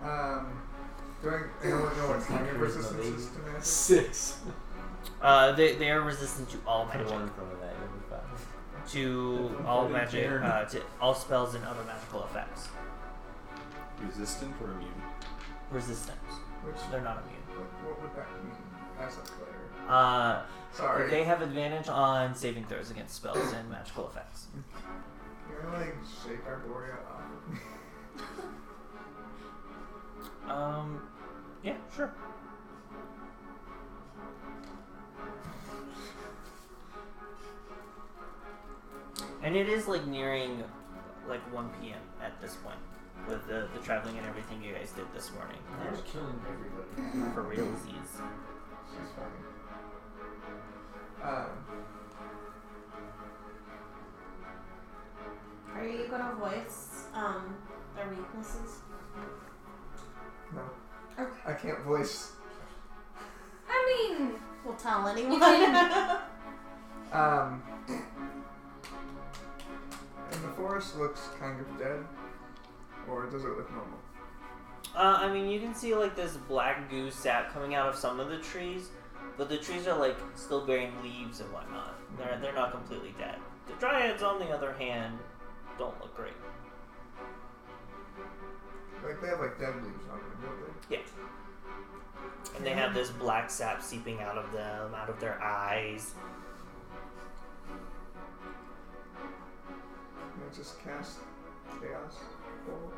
Um, do I, I don't know what kind of resistance is to magic?
Six.
Uh, they, they are resistant to all
Put
magic.
one in front of that. You'll be fine.
To
Don't
all
put it
magic,
there.
uh, to all spells and other magical effects.
Resistant or immune?
Resistant.
Which
They're not immune.
what would that mean as a player?
Uh,
Sorry.
They have advantage on saving throws against spells and magical effects.
You're gonna like shake Arborea up.
Um, yeah, sure. And it is like nearing like 1 p.m. at this point with the, the traveling and everything you guys did this morning.
I'm just killing everybody.
For realsies.
She's funny. Um,
Are you gonna voice um their weaknesses?
no,
Okay.
I can't voice.
I mean,
We'll tell anyone.
can-
Um, and the forest looks kind of dead, or does it look normal?
Uh, I mean, you can see like this black goo sap coming out of some of the trees, but the trees are like still bearing leaves and whatnot. They're, they're not completely dead. The dryads, on the other hand, don't look great.
Like they have like dead leaves on them, don't they?
Yeah. And they have this black sap seeping out of them, out of their eyes.
Can I just cast chaos. Ball?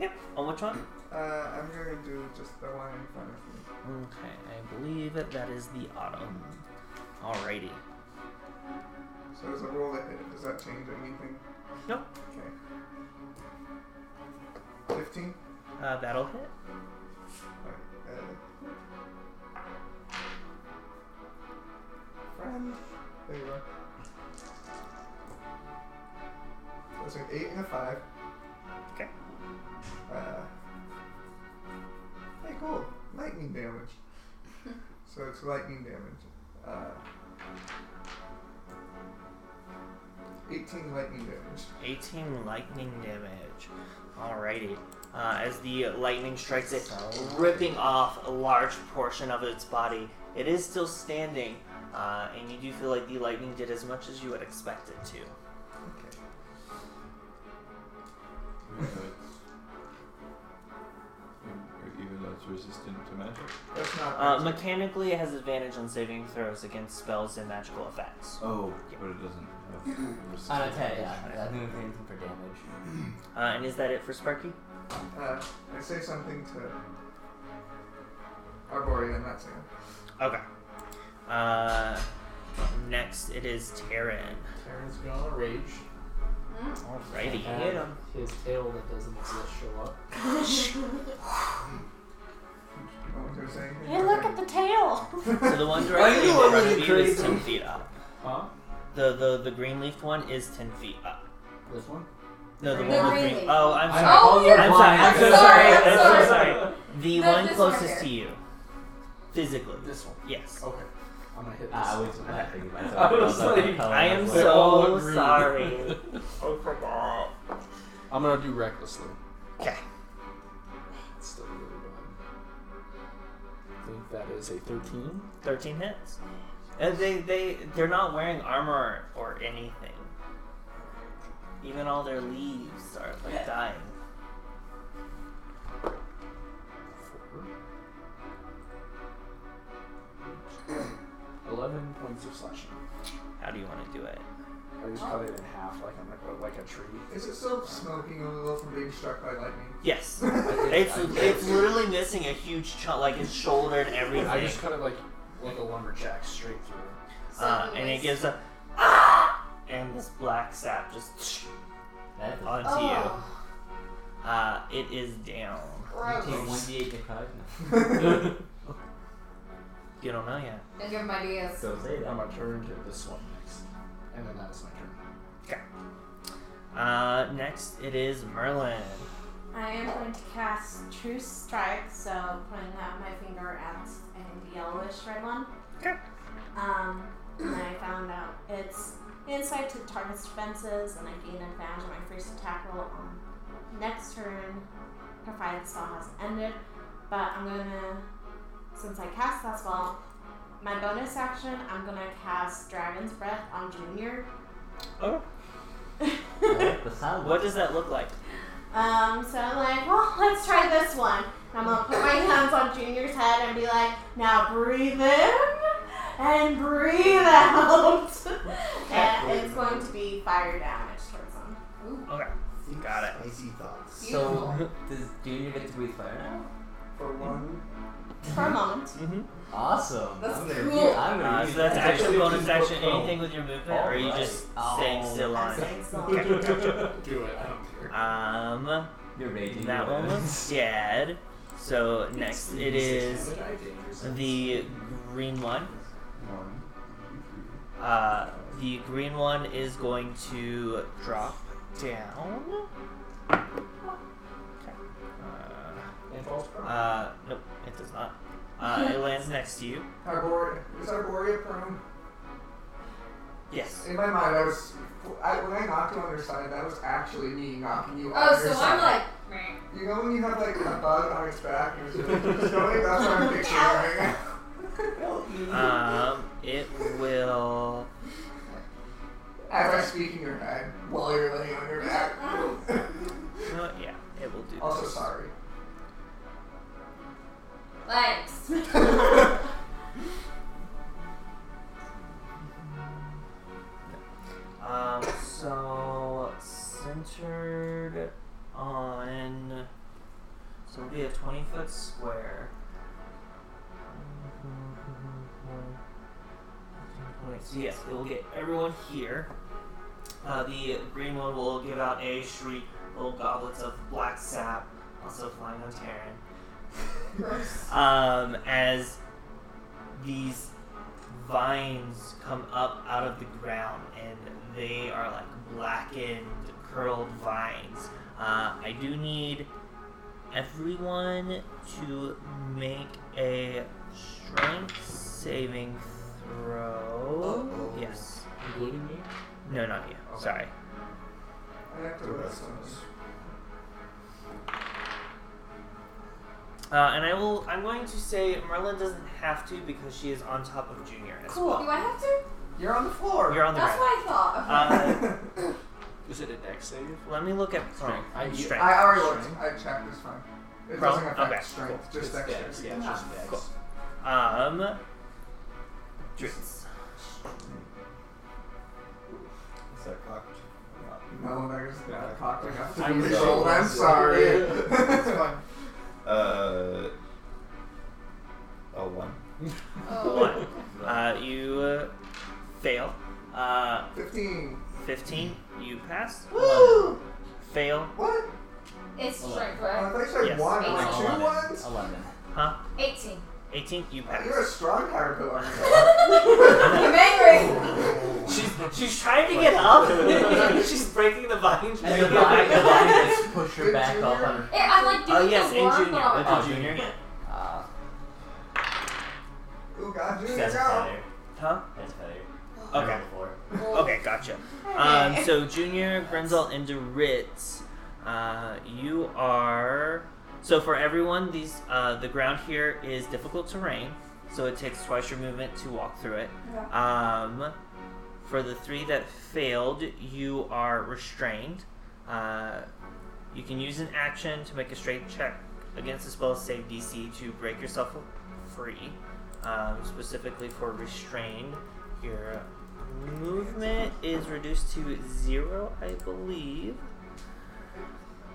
Yep. On which one?
Uh, I'm gonna do just the one in front of me.
Okay, I believe that that is the autumn. Alrighty.
So there's a roll that hit. Does that change anything?
No.
Okay. Fifteen.
Uh, that'll hit.
Alright, uh, friend. There you are. There's an eight and a five.
Okay.
Uh, hey, cool. Lightning damage. so it's lightning damage. Uh, 18 lightning damage.
18 lightning damage. Alrighty. Uh, as the lightning strikes it, ripping off a large portion of its body, it is still standing, uh, and you do feel like the lightning did as much as you had expected to.
Okay.
Even though it's- even- Even though it's resistant to magic?
That's not.
Uh, mechanically, it has advantage on saving throws against spells and magical effects.
Oh, but it doesn't have resistance.
On a 10, yeah. I think we can for damage.
Uh, and is that it for Sparky?
uh, I say something to Arborea, and that's it.
Okay. Uh, next, it is Terran.
Terran's gonna rage.
Alrighty.
and
Hit him.
His tail that doesn't exist show up.
No one's gonna say anything.
Hey, look at the tail.
So the one
Are you
directly in front
already
of you is
crazy?
10 feet up.
Huh?
The, the, the green leafed one is 10 feet up.
This one?
No, the
The
one with
green
green.
leaf.
Oh, I'm
I'm
sorry.
Oh,
colorblind.
you're
I'm sorry. I'm so sorry.
I'm sorry,
I'm so
I'm sorry.
sorry. The
No,
one
this one
closest
here.
to you, physically.
This one.
Yes.
Okay. I'm gonna hit this.
Ah,
I was laughing at myself.
I was
Color,
like- "Oh,
color,
I am
color.
They all
so
look green.
sorry. I forgot.
I'm gonna do recklessly.
Okay.
It's still really bad. I think that is a 13.
13 hits. And they they they're not wearing armor or anything. Even all their leaves are like dying.
Four. Eleven points of slashing.
How do you want to do it?
I just cut it in half, like I'm like, like a tree.
Is it still smoking a little from being struck by lightning?
Yes.
I
It's
just- I-
it's literally missing a huge chunk, like its shoulder and everything.
I just cut it like like a lumberjack straight through.
uh,
So
and it
anyways.
gives a ah, and this black sap just
That is-
onto
Oh,
you. Uh, it is down.
gross.
Take 1d8 necrotic.
You don't know yet.
Don't give him ideas.
So say
I'm
that.
gonna turn to this one next, and then that's my turn.
Uh, next it is Merlin.
I am going to cast True Strike, so pointing out my finger at a yellowish red one.
Okay.
Um, and I found out it's insight to the target's defenses, and I gain advantage on my first attack roll on next turn, provided the spell has ended. But I'm gonna, since I cast that spell, my bonus action, I'm gonna cast Dragon's Breath on Junior.
Oh.
the sound.
What does that look like?
Um, so I'm like, well, let's try this one. And I'm gonna put my hands on Junior's head and be like, now breathe in and breathe out. and it's going to be fire damage towards him.
Okay. Got it.
Spicy thoughts.
So, does Junior get to breathe fire now?
For one.
For a moment.
Mm-hmm.
Awesome.
That's
I'm gonna,
cool.
I'm gonna
Uh,
use
so that's
that.
actually bonus
Just
action.
book
Anything with your movement, or are you
Alright.
just staying
Oh.
still
I'm
on
saying so.
Okay, gotcha.
Do it.
Um,
You're raging.
that
you're
one was dead. So next it is the green one.
One,
Uh, the green one is going to drop down. Uh,
And falls prone.
uh, nope, it does not. Uh, it lands next to you.
Arborea. Is Arborea prone?
Yes.
In my mind, I was. I, when I knocked you on your side, that was actually me knocking you on
Oh,
your
so
side.
I'm like, meh.
You know when you have like a bug on its back and it's just going? That's what I'm picturing right now.
Um, it will.
As I speak in your head while you're laying on your back.
No, yeah, it will do. This.
also, sorry.
Thanks.
Um, so centered on. So it'll be a 20 foot square. So Mm-hmm, yes, it will get everyone here. Uh, the green one will give out a shriek, little goblets of black sap, also flying on Terran. um, as these vines come up out of the ground and they are like blackened, curled vines. Uh, I do need everyone to make a strength saving throw.
Uh-oh.
Yes.
Including me?
No, not you. Sorry.
I have to
The
rest
rest
on
of us.
Uh, and I will. I'm going to say Merlin doesn't have to because she is on top of Junior as
Cool.
Do I have to?
You're on the floor.
well. You're on the
That's
ground.
what I thought.
Uh,
Is it a deck save?
let me look at prone.
Strength.
I-
Strength.
I already looked. I checked. It's fine. It
Problem?
doesn't affect
Okay,
strength, just
It's
dexterity.
decks, yeah, it's just decks.
Cool. Um. Dritz.
Is that cocked?
No, there's not cocked enough to
I'm
be
sorry.
visual. I'm sorry.
It's fine. Uh. Oh, one.
oh.
Uh, you uh, fail. Uh,
15.
15, you pass.
Woo!
Fail.
What?
It's
Hold
strength,
Oh,
right?
I thought you said
Yes.
one. I'm like,
Eleven.
two ones?
Eleven.
18.
18, you
Oh, You're a
pass.
strong caterpillar.
I'm angry.
She's, she's trying to get up. she's breaking the vine. She's
And the
gonna
body, the
get
body
back up.
just push her back up on her.
Eh, I'm like doing
Oh, yes,
the
and
work,
Junior.
but I'm
With
like,
the junior.
Uh,
Ooh, God, dude,
that's
go.
better.
Huh?
That's better.
Okay.
Before.
well,
Okay, gotcha. Um, so Junior, Grenzel, and Deritz, uh, you are. So for everyone, these uh, the ground here is difficult terrain, so it takes twice your movement to walk through it. Um, for the three that failed, you are restrained. Uh, you can use an action to make a straight check against the spell save DC to break yourself free. Um, specifically for restrained, your movement is reduced to zero, I believe.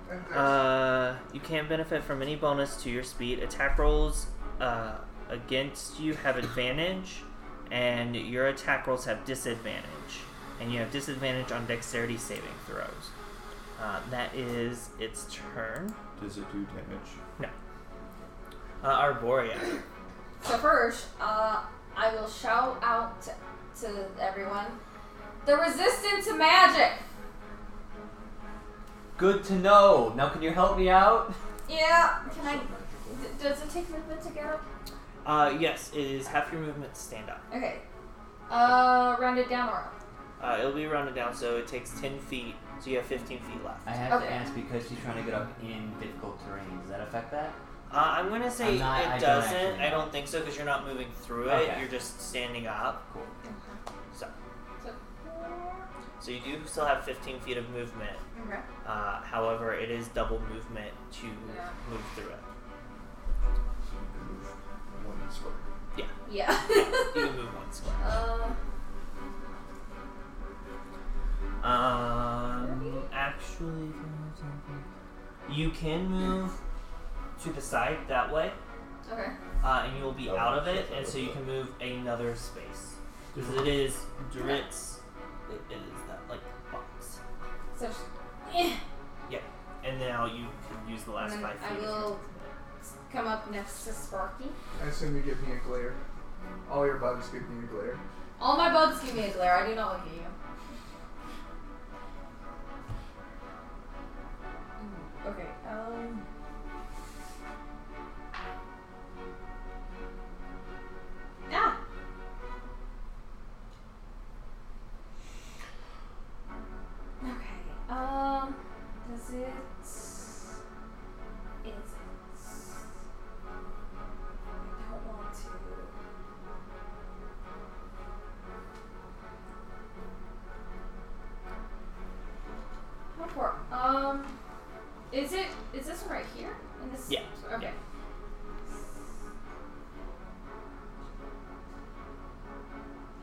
And there's-
Uh, you can benefit from any bonus to your speed. Attack rolls uh, against you have advantage, and your attack rolls have disadvantage. And you have disadvantage on dexterity saving throws. Uh, that is its turn.
Does it do damage?
Uh, Arborea.
So first, uh, I will shout out to, to everyone. The resistant to magic.
Good to know. Now, can you help me out?
Yeah. Can I? D- does it take movement to get up?
Uh, yes, it is half your movement to stand up.
Okay. Uh, rounded down or up?
Uh, it'll be rounded down, so it takes 10 feet, so you have 15 feet left.
I have
Okay.
to ask because she's trying to get up in difficult terrain. Does that affect that?
Uh, I'm gonna say
I'm not-
it
I don't
doesn't.
actually
I
know.
don't think so because you're not moving through
Okay.
it. You're just standing up. Cool. So,
So-
so you do still have 15 feet of movement.
Okay.
Uh, however, it is double movement to
Yeah.
move through it.
So you can move one square.
Yeah.
You can move one square.
um,
Um, actually, if you move something- you can move to the side that way,
okay.
uh, and you will be
Oh,
out of
shit,
it,
I
and so you
looked
can move another space because it is Dritz. It, it is that like box,
So, sh- eh,
and now you can use the last
And then
five
I
feet. if
will-
you want
come up next to Sparky.
I assume you give me a glare. All your bugs give me a glare.
All my bugs give me a glare. I do not look at you. Ooh, Mm, Okay. Um. Ah. Okay. Um. Does it? Is it? I don't want to. How far? Um, is it? Is this one right here? And this?
Yeah,
Okay.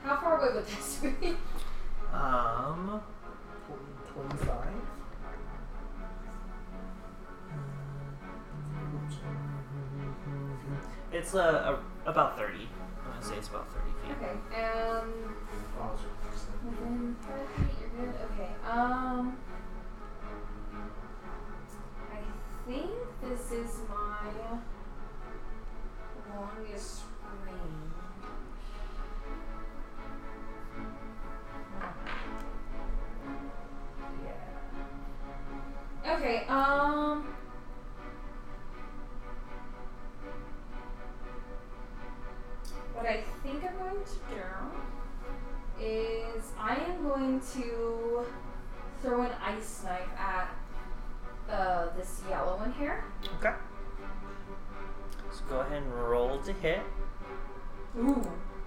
How far away would this be?
to. Um,
25?
it's uh a, about thirty. I'm gonna say it's about thirty feet.
okay. Um. Within five feet, you're good. Okay. Um. I think this is my longest range. Yeah. Okay, um. What I think I'm going to do is I am going to throw an ice knife at uh, this yellow one here.
Okay. So go ahead and roll to hit.
Ooh.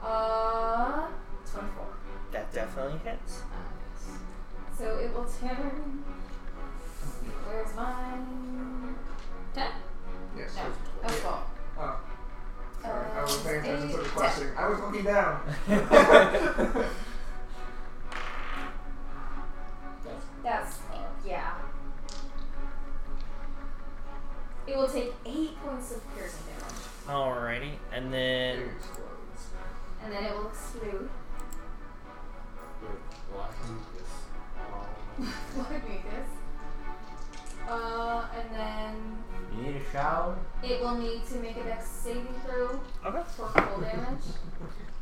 Uh, 24.
That definitely hits.
So it will turn. Where's mine? Ten?
Yes.
No. Oh, four.
Oh. Sorry, I was paying
Uh,
attention to the
eight,
question. I was looking down.
That's yeah. It will take eight points of piercing damage,
Alrighty, and then
explodes.
and then it will explode. Blood mucus. Uh, and then
You need a shower?
it will need to make a dex saving throw
okay.
for full damage.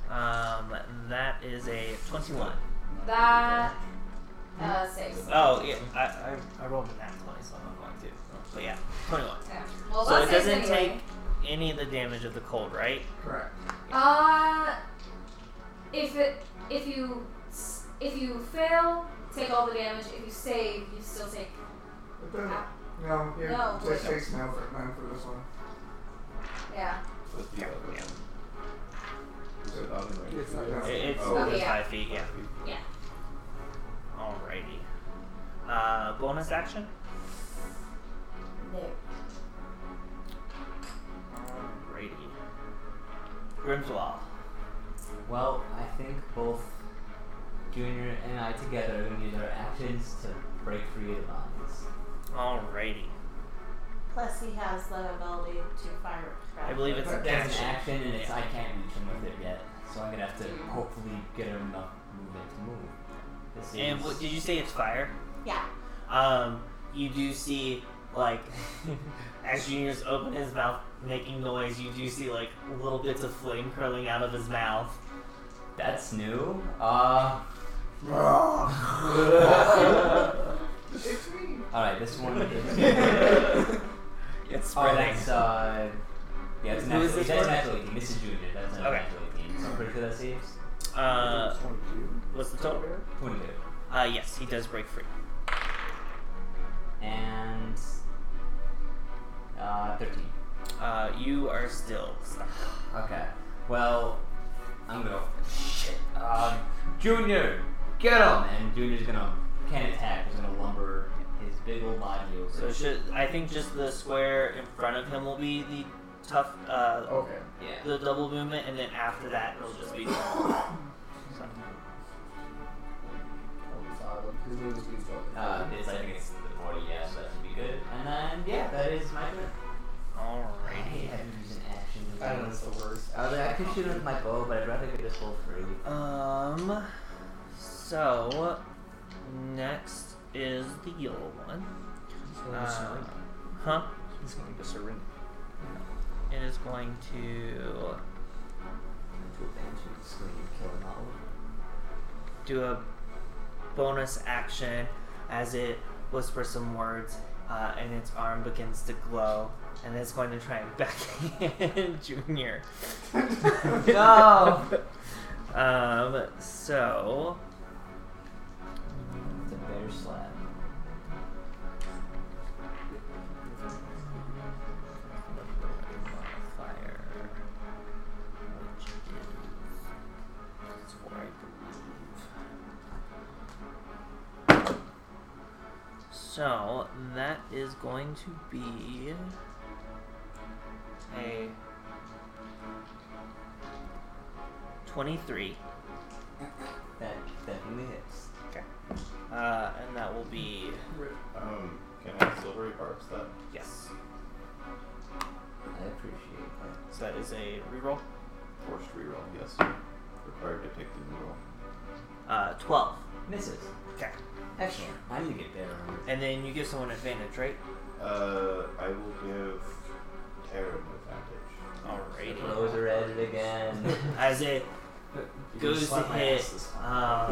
Um, that is a twenty-one.
That uh, saves.
Oh yeah, I I, I rolled a nat twenty, so I'm going to. But yeah, twenty-one.
Yeah. Well,
So
that
it
saves
doesn't
anyway.
take any of the damage of the cold, right?
Correct.
Uh, if it if you s- if you fail, take all the damage. If you save, you still take.
It doesn't. No, yeah,
No.
just takes no for, no for this one.
Yeah.
That's the other one. Is it out of range?
It's not
It,
out.
it's
Oh,
within
yeah.
five feet. Yeah.
Yeah.
Alrighty. Uh, bonus action.
No.
Alrighty. Grimswall.
Well, I think both Junior and I together are going to use our actions to break free of the bonds.
Alrighty.
Plus, he has the ability to fire.
I believe it's an
That's
action.
an action, and it's I can't reach him with it yet, so I'm gonna have to hopefully get him enough movement to move. This
And
is-
what, did you say it's fire?
Yeah.
Um, you do see like as Junior's open his mouth making noise, you do see like little bits of flame curling out of his mouth.
That's new. Uh.
It's me.
All right, this one is.
it's
Oh,
spreading.
that's uh. Yeah, it's
Who
natural.
is this
that's
one?
natural eighteen. This is Junior. That's not
Okay.
natural eighteen. So I'm pretty sure that saves.
Uh, what's the total?
Twenty-two.
Uh, yes, he does break free.
and uh, 13.
Uh, you are still stuck.
Okay. Well, I'm gonna. Shit. Um, Junior, get him! And Junior's gonna can't attack. He's gonna lumber his big old body over.
So should I think just the square in front of him will be the tough, uh,
Oh.
Okay.
yeah.
the double movement, and then after that it'll just be.
His name is Beast Dog.
Uh, it's I think it's the 40. Yeah, so that should be good. And then yeah, that is my turn. I
Alrighty.
hate having to use an action. to do
I know
this.
it's the worst.
I was like, I could shoot him with my bow, but I'd rather get this whole free.
Um. So next is the yellow one. Uh, huh?
He's going to surrender.
It is going to
To a banshee scream, kill him all.
do a bonus action as it whispers some words uh, and its arm begins to glow and it's going to try and backhand Junior.
No.
Um, so.
It's a bear slap.
modifier, which is it's four, I believe. So that is going to be a twenty-three,
That definitely hits.
uh, and that will be
Um, can I silvery harps that?
yes.
I appreciate that.
So that is a reroll.
Forced reroll, yes. Required to take the reroll.
Uh, twelve.
Misses.
Okay.
Excellent. I need to get better on this.
And then you give someone advantage, right?
Uh, I will give Terran advantage.
Alrighty.
Those are at it again.
As it goes to
slap my
hit.
ass this
Um,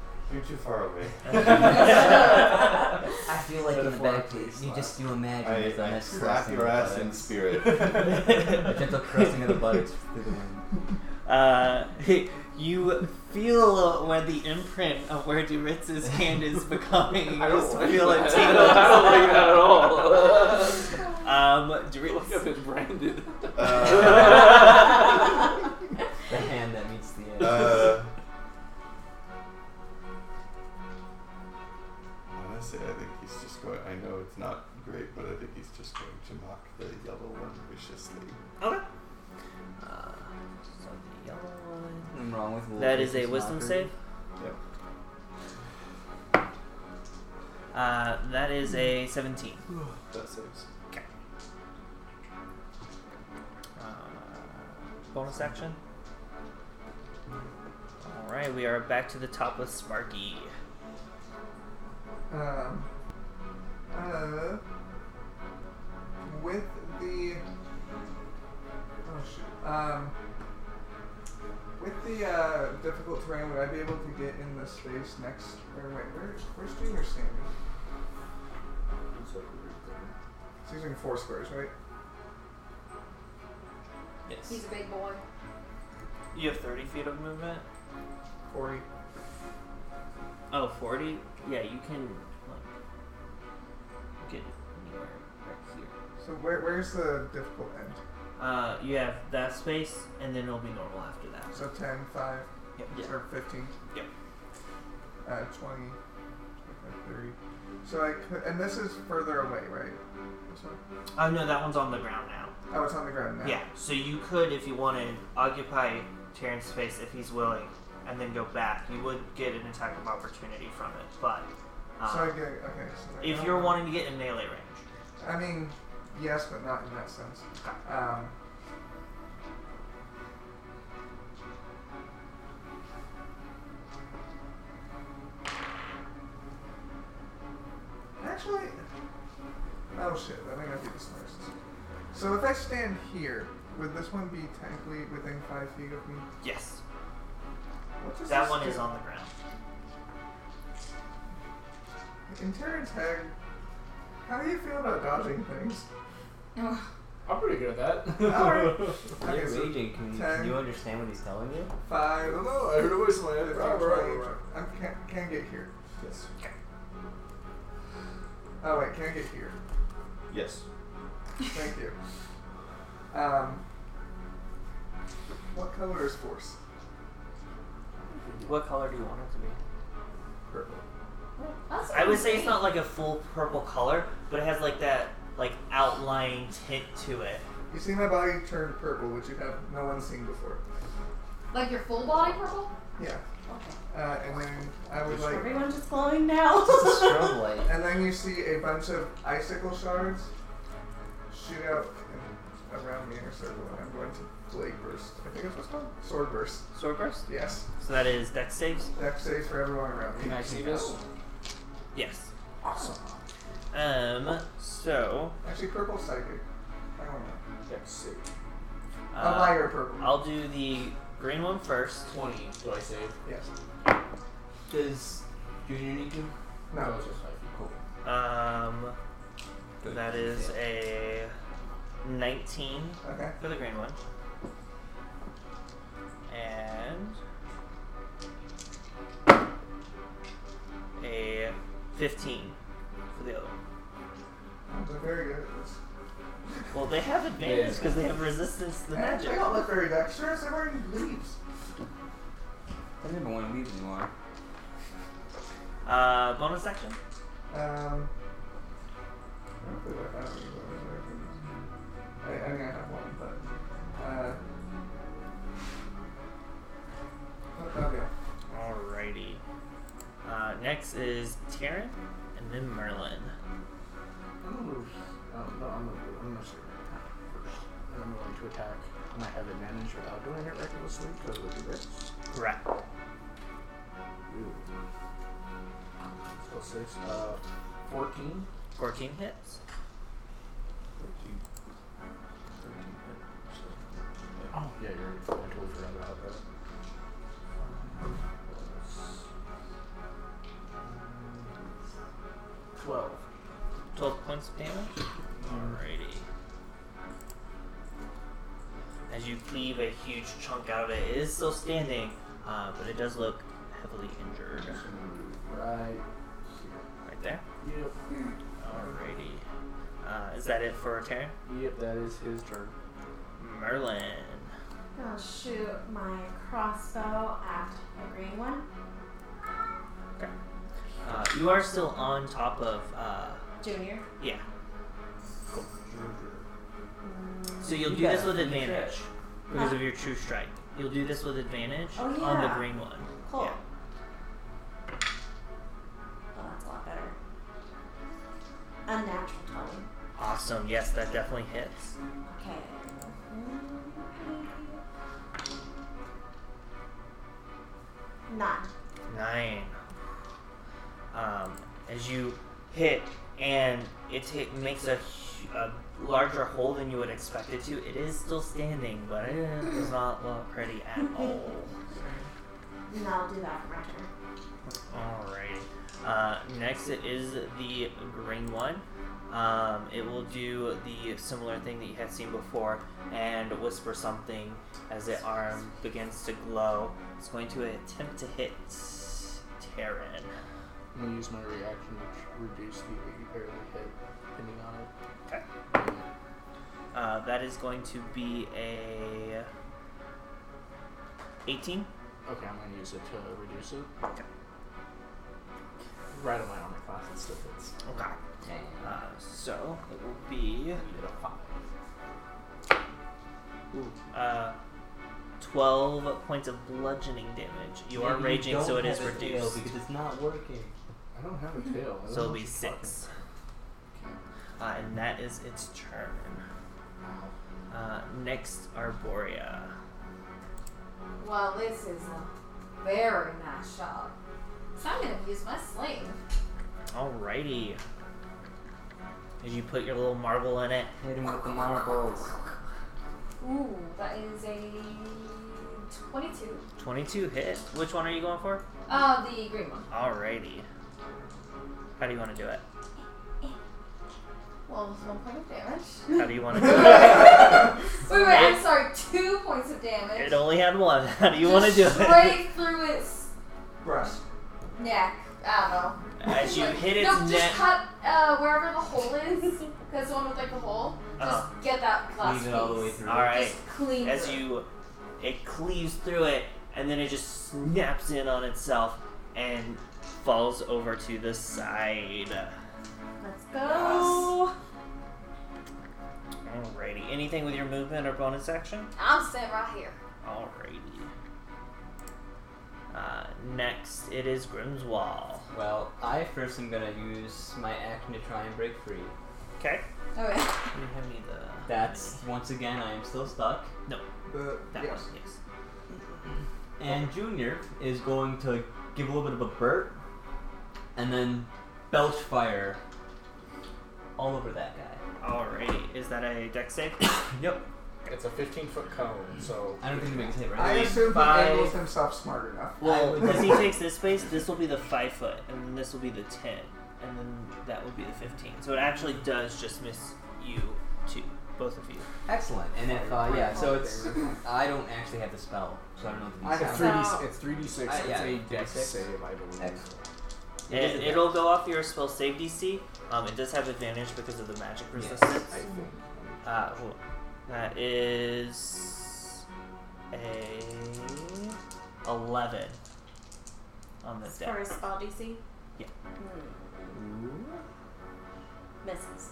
You're too far away.
I feel like in the back, you just you imagine
I,
it's a
I
nice
slap
caressing
your
of the
ass in
buttocks.
spirit.
A gentle caressing of the buttocks through the wind.
uh, you feel where the imprint of where Duritz's hand is becoming. You
I don't
just
like
feel
that.
it
I don't, I don't like that at all.
tingle. Um,
Look up
Duritz.
his branded.
uh,
The hand that meets the air.
uh, honestly, I think he's just going. I know it's not great, but I think he's just going to mock the yellow one viciously.
Okay. Uh, so the yellow one.
Nothing wrong with wolves,
That is a
it's
wisdom
mockery.
save.
Yep.
Uh, that is a 17.
That saves.
Uh, bonus action. All right, we are back to the top with Sparky.
Um, uh, with the oh shoot, um, with the uh, difficult terrain, would I be able to get in the space next? Or wait, where, where's Junior standing? He's using four squares, right?
He's
Yes.
a big boy.
You have 30 feet of movement?
Forty.
Oh, 40? Yeah, you can, like, get anywhere right here.
So where, where's the difficult end?
Uh, you have that space, and then it'll be normal after that.
So 10, 5,
Yep.
or 15?
Yep.
Uh, 20, 25, 30. So I could, and this is further away, right? This one?
Oh, no, that one's on the ground now.
Oh, it's on the ground now.
Yeah, so you could, if you wanted, occupy Terran's space if he's willing, and then go back. You would get an attack of opportunity from it, but
So I
uh,
get, okay. So I
if
don't
you're
know.
wanting to get in melee range.
I mean, yes, but not in that sense. Um, actually, oh shit, that might not be the smartest. So if I stand here, would this one be technically within five feet of me?
Yes,
What does
that
this
one is
do?
on the ground.
In Terran's head, how do you feel about dodging things?
I'm pretty good at that.
Alright. Okay,
You're
so
raging. Can you,
ten.
can you understand what he's telling you?
five. oh,
don't know. I heard a voice in my head.
If I'm right, I can, can get here.
Yes.
Oh wait, can I get here?
Yes.
Thank you. Um, what color is force?
What color do you want it to be?
Purple.
That's
I would say it's
great.
not like a full purple color, but it has like that like outline tint to it.
You see my body turn purple, which you have no one seen before.
Like your full body purple?
Yeah.
Okay.
Uh, and then I would like.
Everyone's just glowing now.
It's a strobe light.
And then you see a bunch of icicle shards shoot out and around the inner circle, and I'm going to blade burst. I think that's what's called sword burst.
Sword burst.
Yes.
So that is deck saves.
Dex saves for everyone around
Can
me.
I see this?
Yes.
Awesome.
Um. So.
Actually, purple psychic. I don't know.
Let's see.
A
uh,
lighter purple.
I'll do the green one first.
20. Do I save?
Yes.
Does Junior need to?
No.
it's just like, cool.
Um.
Good.
That is a 19
Okay.
for the green one. And a 15 for the other one.
I'm doing very good at this.
Well, they have advantage because they have resistance to the
And
magic.
I don't look very dexterous. I've already leaves.
I never want to leave anymore.
Uh, bonus action?
Um. I don't know if I have any bonus actions. I, I mean, I have one, but. Uh, oh, okay.
Alrighty. Uh, next is Taryn and then Merlin.
I'm gonna move. Uh, no, I'm gonna do. I'm gonna save it first. And I'm going to attack. And I have advantage without doing it recklessly because we'll do this.
Correct.
Ooh. So six. Uh, fourteen.
14 hits.
Oh yeah, you're. right. I totally forgot about that. Twelve.
12 points of damage. Alrighty. As you cleave a huge chunk out of it, it is still standing, uh, but it does look heavily injured.
Right.
Right there.
Yep.
Alrighty. Uh, is that it for a turn?
Yep. That is his turn.
Merlin.
I'll shoot my crossbow at the green one.
Uh, you are still on top of. Uh,
Junior.
yeah. So you'll do this with advantage because of your true strike. You'll do this with advantage
Oh,
on the
yeah.
green one.
Cool.
Yeah.
Oh, that's a lot better. Unnatural 20.
Awesome. Yes, that definitely hits.
Okay. Nine.
Nine. Um, as you hit, and it hit, makes a, hu- a larger hole than you would expect it to. It is still standing, but it does not look pretty at all.
No, I'll do that for my turn.
Alrighty. Uh, next it is the green one. Um, it will do the similar thing that you had seen before and whisper something as the arm begins to glow. It's going to attempt to hit Terran.
I'm gonna use my reaction to reduce the barely hit, depending on it.
Okay. Uh, that is going to be a 18.
Okay, I'm gonna use it to reduce it.
Okay.
Right on my armor class, it still fits.
Okay. Uh, so it will be
You get a five.
uh, 12 points of bludgeoning damage. You are
Maybe
raging,
don't
so it
have
is
a tail
reduced.
Because it's not working.
I don't have a tail. I don't
So it'll
know
be
what you're talking
6. Uh, and that is its turn. Uh, next, Arborea.
Well, this is a very nice shot. So I'm gonna use my sling.
Alrighty. As you put your little marble in it,
Hit him with the marbles.
Ooh, that is a 22.
22 hit. Which one are you going for?
Uh, the green one.
Alrighty. How do you want to do it?
Well, it's one point of damage.
How do you want to do it?
Wait, wait, I'm sorry. Two points of damage.
It only had one. How do you want to do it?
Straight through its
Breast.
neck. I don't know.
As you hit
no,
its
just
neck,
cut uh, wherever the hole is. That's the one with like the hole. Just get that glass
Leave it all the way
piece.
through.
Uh-huh. All right.
Just clean
As
through.
you, it cleaves through it, and then it just snaps in on itself and falls over to the side.
Let's go.
Alrighty. Anything with your movement or bonus action?
I'm sitting right here.
Alrighty. Uh, next, it is Grimswall.
Well, I first am gonna use my action to try and break free.
Okay.
Okay.
You have me the
That's once again I am still stuck.
The,
that
yes.
one. Yes.
And Junior is going to give a little bit of a burp and then belch fire all over that guy.
Alrighty. Is that a deck save?
Yep.
It's a 15 foot cone, so
I don't think we can save
I
right.
assume he
Five.
angles himself smart enough.
Well,
would-
because he takes this space, this will be the five foot, and then this will be the ten, and then that will be the fifteen. So it actually does just miss you two, both of you.
Excellent. And if uh, yeah, so it's I don't actually have the spell, so I don't know
I
what the
have
sound.
3d.
So-
It's 3d6.
I- yeah,
it's a
3d6.
deck save, I believe.
Excellent. It is a
It,
dex.
it'll go off your spell save DC. Um, it does have advantage because of the magic resistance.
I think.
Uh, ooh. that is a eleven on the
It's for
deck.
a spell DC.
Yeah.
Hmm. Misses.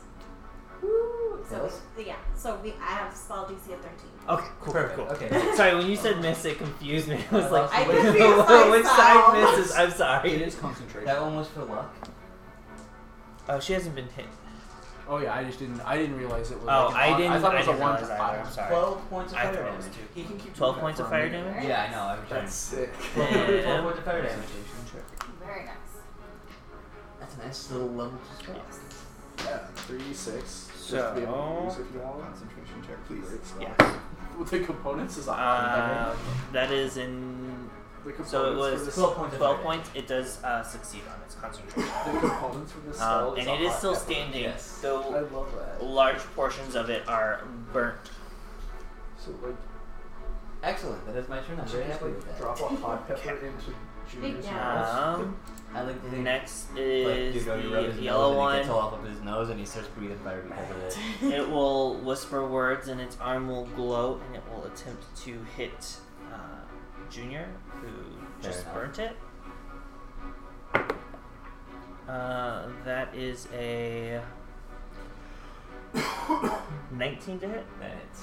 Woo! So
Yes.
we, yeah. So we I have spell DC at thirteen.
Okay, cool, cool.
Okay.
Sorry, when you said miss, it confused me. I was like,
I
which
confused myself.
side misses? I'm
It
sorry.
is concentration.
That one was for luck.
Oh, she hasn't been hit.
oh yeah, I just didn't. I didn't realize it was.
Oh,
like an
I
odd-
didn't.
I thought it was
didn't
a one to
realize either. I'm
five.
sorry.
Twelve points of
I
fire
thought it
damage.
was two.
He can keep
12
doing
points
that
of
for a
fire
minute.
damage?
Yeah, I know. Every time.
That's sick.
Yeah.
Twelve points of fire damage.
Very nice.
That's a nice little level to spell.
Yeah, three six. just to be able to use
So,
if you want.
Concentration check, please.
yeah.
With the components is
Um, that is in.
the components
So it
for
was
this,
12 points of
12
fire.
points. It does uh, succeed on its concentration.
the components for this spell
Um,
is
and
a
it is
hot
still
effort.
standing,
Yes.
I
though
love that.
large portions of it are burnt.
So like,
Excellent. That is my turn. I'm very
just
happy with
like
that.
drop a hot pepper into Junior's
Big
mouth.
Um,
I like to think
next
like you
is
go you rub his
the
nose
yellow
and it
one.
gets all up his nose and he starts breathing fire because of it.
It will whisper words and its arm will glow and it will attempt to hit uh, Junior, who
Fair
just
enough.
burnt it. Uh, that is a 19 to hit
Then it's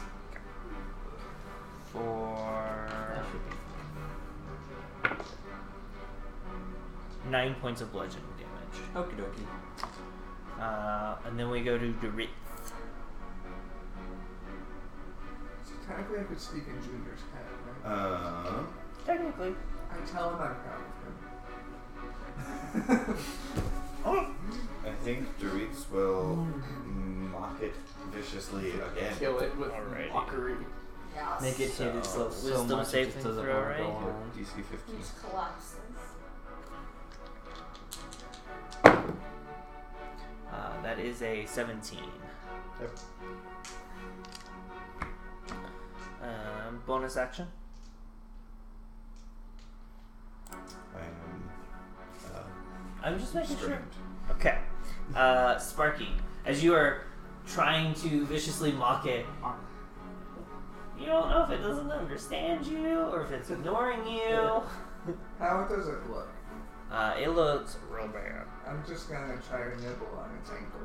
for
that should be
9 points of bludgeoning damage.
Okie dokie.
Uh, and then we go to Dorit.
So technically, I could speak in Junior's head. Right?
Uh,
Technically.
I tell him I'm proud of him.
I think Dorit's will mock it viciously again.
Kill it with
Alrighty.
mockery.
Yes.
Make it hit it so, so
wisdom
much it
saving
just doesn't
throw,
wanna
right?
go
Yeah,
on.
DC 15.
He just collapses.
Uh, that is a 17.
Yep.
Um, bonus action.
I am uh,
I'm just making sure.
strained.
Okay. Uh, Sparky, as you are trying to viciously mock it, you don't know if it doesn't understand you or if it's ignoring you.
How does it look?
Uh, it looks real bad.
I'm just gonna try to nibble on its ankle.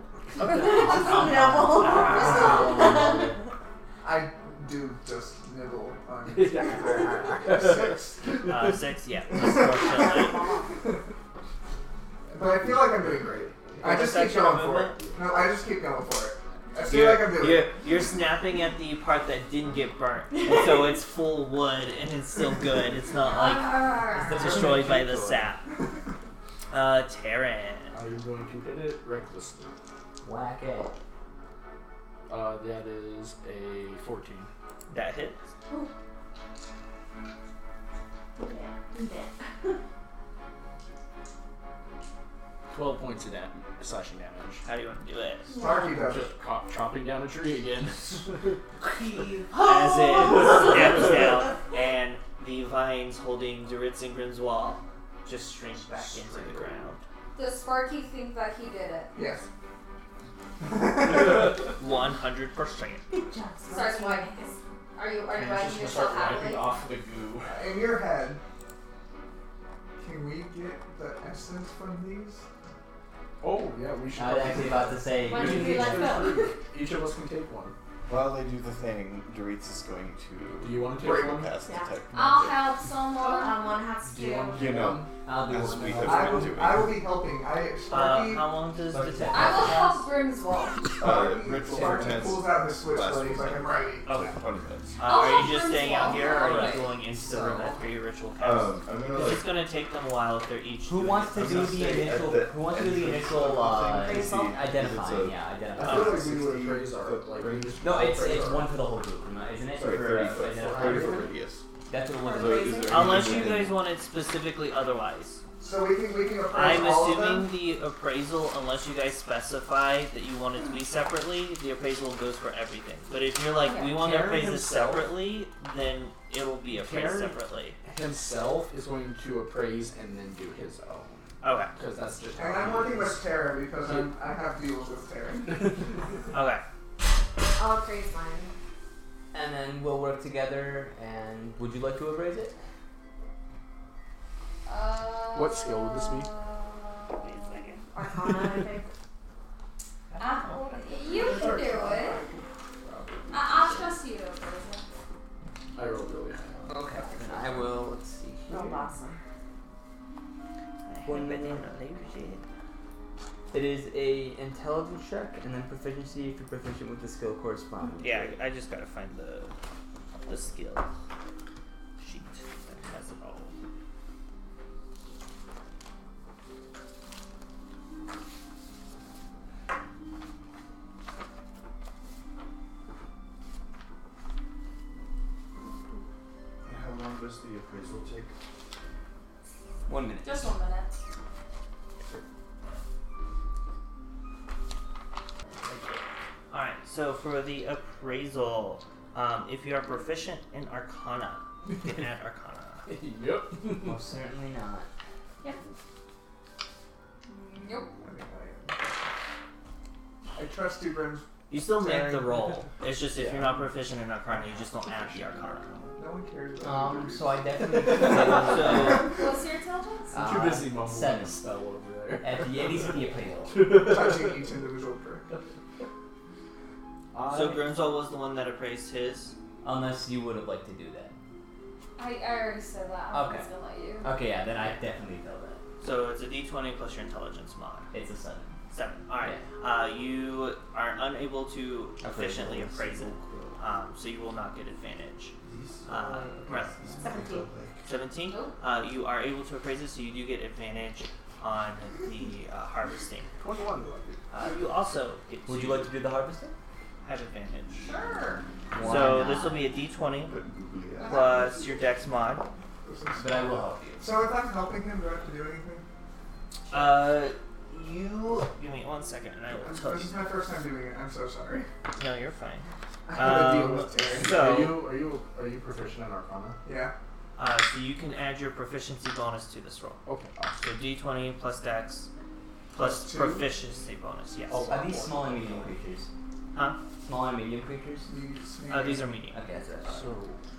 Just nibble.
I do just nibble on its ankle. Six.
Uh, six, yeah. unfortunately.
But I feel like I'm doing great. I just keep
Section
going
of
for it. No, I just keep going for it. I feel like I'm doing
You're,
it.
you're snapping at the part that didn't get burnt, and so it's full wood and it's still good. It's not like
Arrgh.
destroyed by the sap. Uh, Terran.
I'm going to hit it recklessly.
Whack it.
Uh, that is a 14.
That hits.
Yeah, do that.
12 points of that slashing damage.
How do you want to do it?
Sparky does it.
Just chop, chopping down a tree again.
as it snaps down, and the vines holding Duritz and Grimswall just shrink back into the ground.
Does Sparky think that he did it?
Yes.
One hundred percent.
Good job, smart
Starts
one.
whining. Are you are you
He's
wiping
just gonna
yourself
start wiping
happily?
off the goo.
In your head, can we get the essence from these?
Oh yeah, we should.
I was actually about to say,
Why
We
don't
should
you be
each,
like
do
that?
three. each of us can take one.
While they do the thing, Doritz is going to.
Do you want to take
break
one?
past the
Yeah.
tech
I'll
magic.
help someone.
Um, one has to.
Do you want
You know,
I'll do
As
one.
we
of
have-
them.
I will, I will be helping. I
Uh,
Sparky,
how long does
Sorry.
the tech
I will
last?
help Grimswald.
uh,
Sparky,
Ritual for
Sparky
tense.
pulls out his switchblade.
last
He's like, I'm ready.
Okay.
Twenty minutes.
Uh,
I'll
are
help
you just staying out
Grimswald.
here, or are
Alright.
you going into
So-
the room after your ritual cast?
Um, I'm gonna
Because
like.
it's gonna take them a while if they're each.
Who
doing
wants to
it.
do
gonna
the
stay at
initial?
the
Who wants to do the
entrance of
initial?
the
Uh,
thing to see if it's
identifying,
a-
yeah,
I
identifying.
feel like we
Uh,
do a
60
phrase
foot radius.
No, it's it's one for the whole group, isn't it?
Sorry,
For,
thirty
uh,
foot.
identifying.
Thirty foot radius.
That's what one of
So
those.
is there
Unless you
anything
guys want it specifically otherwise.
So we can we can approach
I'm
all of
assuming
them.
the appraisal, unless you guys specify that you want it to be separately, the appraisal goes for everything. But if you're like,
Okay.
we want to
Terry
appraise this
himself-
separately, then it'll be appraised
Terry-
separately.
Himself is going to appraise and then do his own
Okay.
because that's just.
And I'm working with Tara because I'm, I have deals with Tara.
Okay.
I'll appraise mine.
And then we'll work together. And would you like to appraise it?
Uh,
What skill would this be?
Wait a second. Arcana, I think.
Uh, you can do it. I- I'll trust you. Rosa.
I rolled really high.
Okay. Then I will. Let's see.
Oh, awesome.
One minute. It is a intelligence check and then proficiency if you're proficient with the skill corresponding.
Yeah, I I just gotta find the the skill sheet that has it all.
How long does the appraisal take?
One minute.
Just one minute.
All right. So for the appraisal, um, if you are proficient in Arcana, you can add Arcana.
yep.
Most certainly not.
Nope.
I trust you, Brims.
You still make
Sorry.
the roll. It's just if
Yeah.
you're not proficient in Arcana, you just don't add the Arcana.
No one cares about
Um.
you.
So I definitely.
so
What's your intelligence?
Uh,
Too busy mumbling
seven.
a spell over there.
At the at least at the appraisal.
touching each individual brick.
so Grimswald was the one that appraised his.
Unless you would have liked to do that.
I, I already said that. I'm
Okay. Uh,
just gonna let you.
Okay, yeah, then I definitely feel that.
So it's a D20 plus your intelligence mod.
It's a seven.
Seven. All right. Uh, you are unable to efficiently appraise it, um, so you will not get advantage. Uh, right.
Seventeen.
17.
Nope.
Uh, you are able to appraise it, so you do get advantage on the uh, harvesting.
Twenty-one.
Uh, you also get
Would you like to do the harvesting?
have advantage.
Sure.
Why
so
not?
this will be a d20
Googly eye.
plus your dex mod.
But I will help you.
So if I'm helping him, do I have to do anything?
Uh, you give me one second, and I will tell
This
you.
is my first time doing it. I'm so sorry.
No, you're fine.
I have a deal
Um,
with Terry.
Are
So,
you are you are you proficient in Arcana?
Yeah.
uh, so you can add your proficiency bonus to this roll.
Okay.
So d20 plus dex plus,
Plus two?
proficiency bonus. Yes.
Oh, are these small and medium creatures?
Huh?
Small and medium creatures?
Uh, these are medium.
Okay, that's it.
So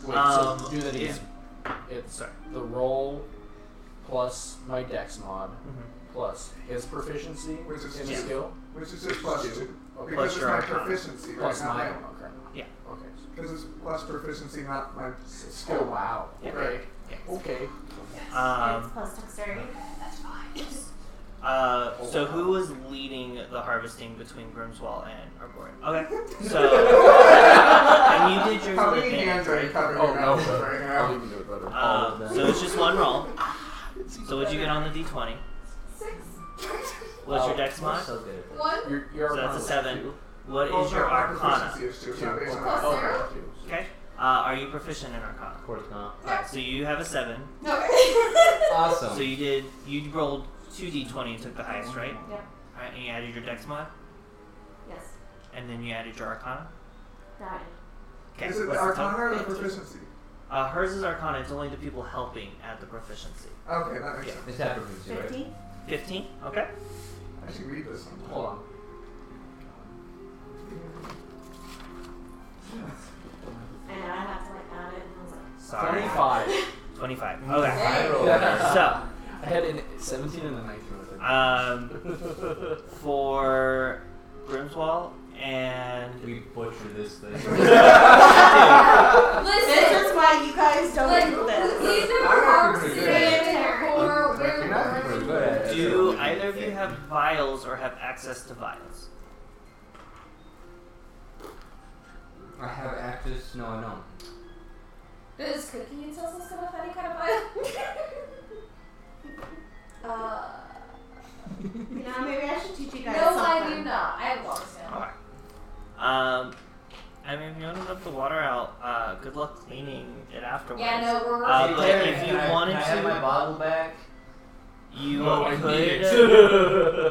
wait. so
Um,
do that again.
is-
It's
Sorry.
the roll plus my dex mod
Mhm.
plus his proficiency
Which is
in
two.
the skill
Which is just plus
Two.
two.
Okay.
Because it's
your
my
arcana.
proficiency, right?
plus
Not
my
my
own. Okay.
Yeah.
Okay.
Because it's plus proficiency, not my
So,
skill.
oh wow.
Yeah.
Right.
Yeah.
Okay.
And
Um,
it's plus dexterity. That's fine.
uh, so who was leading the harvesting between Grimswall and Arboreal? Okay. So and you did yours
How
with
many
advantage,
hands are you
right?
covering
Oh
your mouth
no.
with right
I'll
now?
even do it better.
All of
Uh,
them.
so it's just one roll. So what'd you get on the d20?
Six.
What's your
Oh,
dex
we're
mod?
So good at this.
One.
Your, your
So that's a
Arcana is
seven.
Two.
What
Well,
is
no,
your
my
arcana?
proficiency is two,
Two.
so it's
Okay.
not-
Plus
Okay.
zero.
Two.
Okay. Uh, are you proficient in arcana?
Of course not.
Alright, so you have a seven.
No.
Awesome.
So you did. You rolled two d20 and took the highest, right?
Yep.
Alright, and you added your dex mod,
Yes.
and then you added your arcana.
That.
Okay.
Is it
what's
the
the top
arcana or the
fifteen?
proficiency?
Uh, hers is Arcana. It's only the people helping at the proficiency.
Okay, that makes
Yeah.
sense.
This happened to you, right?
Fifteen.
Fifteen. Okay.
I should read this.
Hold on.
25. Okay.
I rolled
So,
I had an 17 and a 19 with it.
um, for Grimswall and.
We butchered this thing.
Listen,
This is why you guys don't do
like,
this.
we've been
I'm pretty good.
participating for
You're not pretty good at it.
Do either of you have vials or have access to vials?
I have access. No, I don't.
Does Cookie tell us about any kind of bio? uh,
You know, maybe I should teach you guys
no, I do
something.
not. I have lost now.
Alright. Um, I mean, if you want to dump the water out, uh, good luck cleaning it afterwards.
Yeah, no, we're
Uh,
Hey,
but
Larry,
if
can
you
I,
wanted
can I have
to-
my bottle back.
You
No, Oh, I
could uh,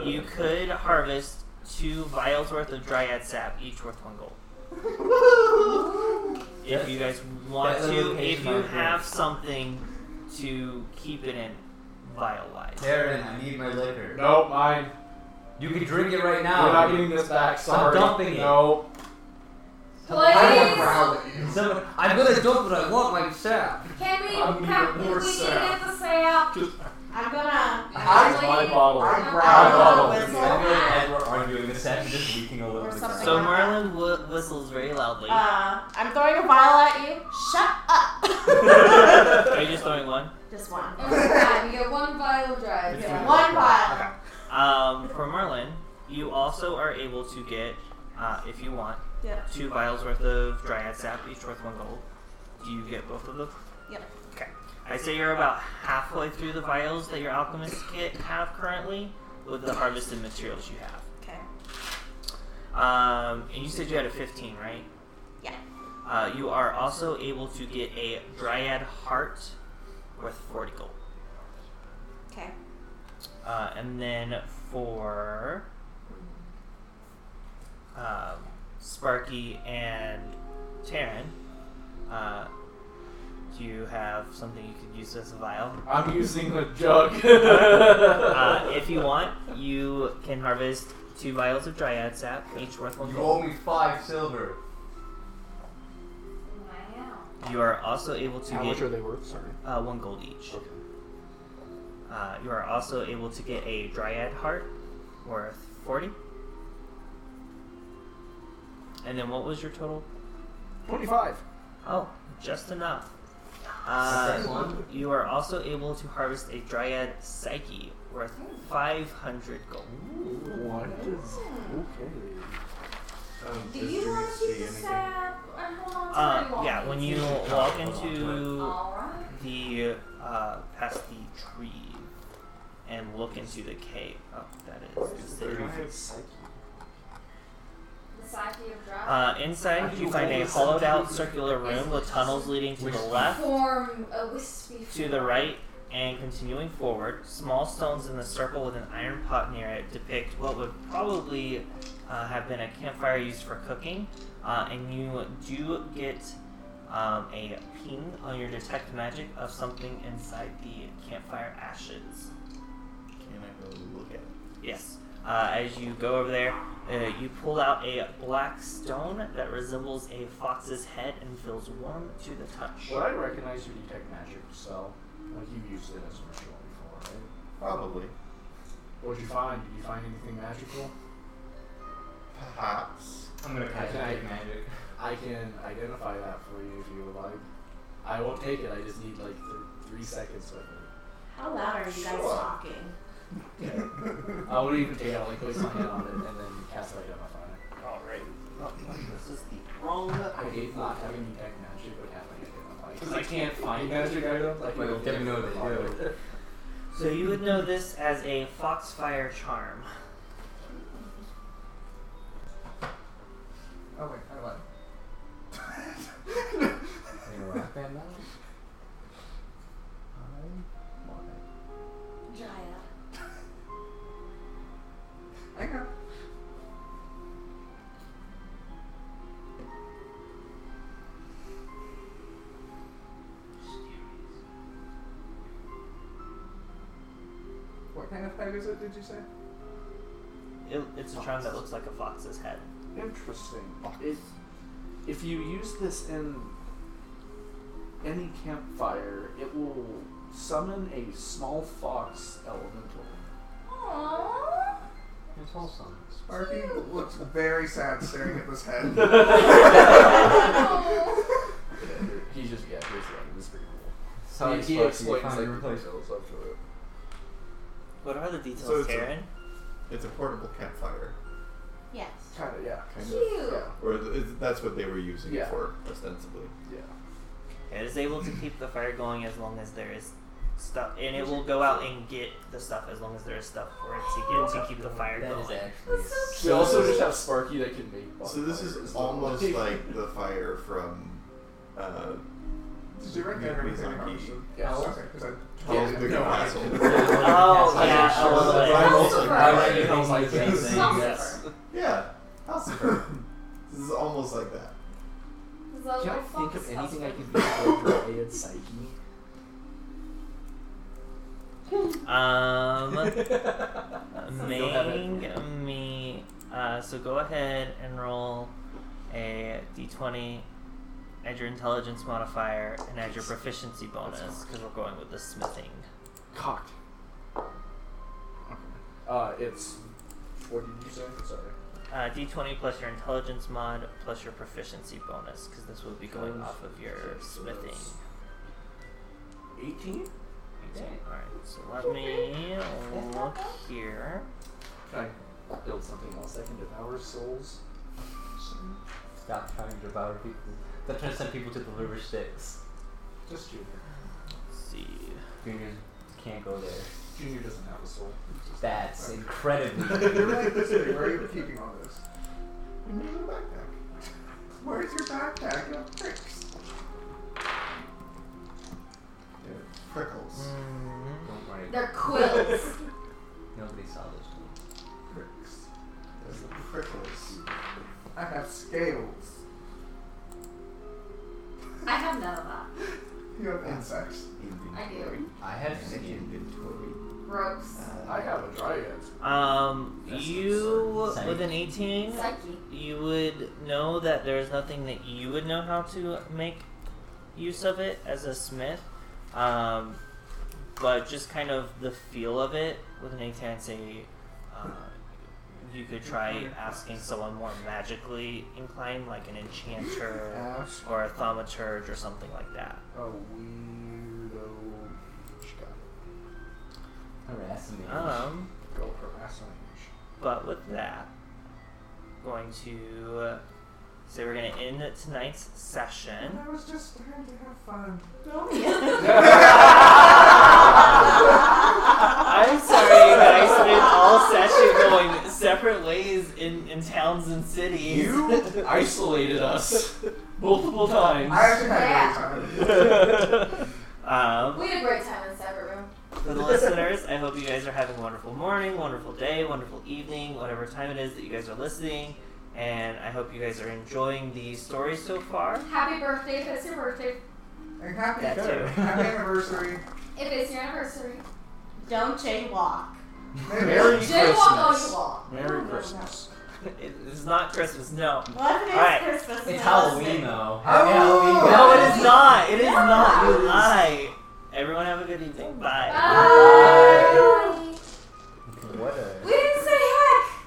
need
you could harvest two vials worth of dryad sap, each worth one gold. if you guys want
that's a
to, if
location
you
I agree.
have something to keep it in, vial wise.
Darren, I need my liquor.
Nope, mine.
You can drink it right now.
We're not getting this back. Sorry.
dumping it.
No.
I
Please.
Someone- I'm gonna dump it. I want my sap.
Can we?
I'm
Can,
even more
we need
sad.
it to say out. Uh,
I'm gonna.
That's my bottle.
I'm
My
bottle.
bottle. I feel like as we're arguing, the sap is just leaking all
Or
over the
something.
ground.
So Merlin w- whistles very loudly.
Uh, I'm throwing a vial at you. Shut up.
Are you just throwing one?
Just one.
You get one vial drive.
Yeah, one vial.
Um, for Merlin, you also are able to get, uh, if you want,
Yeah.
two vials worth of dryad sap, each worth one gold. Do you get both of them?
Yep.
Okay. I say you're about halfway through the vials that your alchemist kit have currently with the harvested materials you have.
Okay.
Um, and you said you had a 15, right?
Yeah.
Uh, you are also able to get a dryad heart worth 40 gold.
Okay.
Uh, and then for um, Sparky and Taryn, uh, do you have something you could use as a vial?
I'm using the jug.
Uh, if you want, you can harvest two vials of dryad sap, each worth one
You owe
gold.
me five silver.
Wow.
You are also able to
How much are
get
they worth? Sorry.
uh, one gold each.
Okay.
Uh, you are also able to get a dryad heart worth 40. And then what was your total?
25.
Oh, just enough.
That's
Uh,
one.
you are also able to harvest a dryad psyche worth 500 gold.
What is.
Hmm.
Okay.
Do you want to keep the sap? Or hold on to
Uh,
my
yeah,
wallet?
when you walk into
Alright.
the uh, past the tree and look into the cave, oh, that is the city.
The psyche of drought.
Uh, inside, you find a hollowed out circular room with tunnels leading to the left,
Form a wispy.
to the right, and continuing forward. Small stones in the circle with an iron pot near it depict what would probably uh, have been a campfire used for cooking. Uh, and you do get um, a ping on your detect magic of something inside the campfire ashes.
Can I go look at it?
Yes. Uh, as you go over there, uh, you pull out a black stone that resembles a fox's head and feels warm to the touch.
Would I recognize your detect magic spell? Like you've used it as a ritual before, right?
Probably.
What'd you find? Did you find anything magical?
Perhaps.
I'm gonna catch
Okay.
that magic.
I can identify that for you if you would like. I won't take it. I just need like th- three seconds of it.
How loud are you guys
Sure.
talking?
I wouldn't even take it. I'll like place my hand on it and then cast identify.
Alright. This is the wrong.
I hate not having detect magic, but having identify because I can't find magic items. I can
But
go
you never know
look
what
for
they
it.
So you would know this as a foxfire charm.
Oh wait, I lied.
Any rock band now?
Dryad.
Hang on. What kind of head is it? Did you say?
It, it's a charm that looks like a fox's head.
Interesting. If, if you use this in any campfire, it will summon a small fox elemental.
Aww.
It's wholesome.
Sparky looks very sad staring at this head.
He's just, yeah, here's the end. It's pretty cool.
So
he, he
it's like
explains like
replace
details up to it.
What are the details,
So it's a-
Karen?
It's a portable campfire,
Yes.
Kind of, yeah.
kind of.
Cute.
Yeah.
Or th- is- that's what they were using
Yeah.
it for, ostensibly.
Yeah.
It is able to keep the fire going as long as there is stuff, and it will go out and get the stuff as long as there is stuff for it to get to keep the fire
That is
going.
actually
That's
We also just have Sparky that can make.
So this
bonfires as
is
well.
almost like the fire from. Uh,
Did you write that or anything?
Miyazaki.
Yeah.
Oh, Okay, 'cause I
Howl's Oh, the
no, I-
Castle.
Oh,
I
yeah,
just-
I was like-
I'm also-
I
I'm
like
like-
it all like that
Yes.
thing, yes.
Philosopher.
Yeah, House of Herb. This is almost like that.
Is that
Can I
like
think
fox
of anything I
husband?
could do for related psyche?
Um,
You'll have it.
Ming me. Uh, so go ahead and roll a d20. Add your intelligence modifier and add your proficiency bonus because we're going with the smithing.
cocked. Uh, it's. What did you say? Sorry.
Uh, d20 plus your intelligence mod plus your proficiency bonus because this will be going
Times
off of your
six, so
smithing.
that's- 18?
Alright, so let me look here.
Can I build something else that can devour souls?
Stop trying to devour people. Stop trying to send people to the liver sticks.
Just Junior.
Let's see.
Juniors can't go there.
Junior doesn't have a soul.
That's incredibly
You're
rude.
really this big. Where are you keeping all this? In your backpack. Where's your backpack? You have bricks.
They're prickles.
Don't worry.
They're quills.
Nobody saw those two.
Bricks.
Those are prickles.
I have scales.
I have none of that.
You have insects.
Inventory.
I have
An
skin.
inventory.
Gross.
Uh,
I have a dragon.
Um,
That's
you,
insane.
with an 18,
Psyche.
you would know that there's nothing that you would know how to make use of it as a smith. Um, but just kind of the feel of it with an 18, I'd say uh, you could try asking someone more magically inclined, like an enchanter
Ask
or a thaumaturge or something like that.
a weirdo. She got it.
Harassing me.
Um,
Go harass a witch.
But with that, going to uh, say we're going to end tonight's session.
I was just trying to have fun.
I'm sorry, you guys spent all session going separate ways in, in towns and cities.
You isolated us multiple times.
I actually
Yeah.
had a great time.
um,
We had a great time in separate room.
for the listeners, I hope you guys are having a wonderful morning, wonderful day, wonderful evening, whatever time it is that you guys are listening. And I hope you guys are enjoying the story so far.
Happy birthday if it's your birthday.
And happy,
That too.
happy anniversary.
If it's your anniversary.
Don't jaywalk.
Maybe.
Merry
Jaywalk all you
Christmas.
want.
Merry Christmas.
It- It's not Christmas, no.
What if it's
Alright.
Christmas? and
It's
you're
Halloween
listening?
though.
Oh!
Happy Halloween.
No, it is not. It is not. You lie. Everyone have a good evening. Bye.
Bye.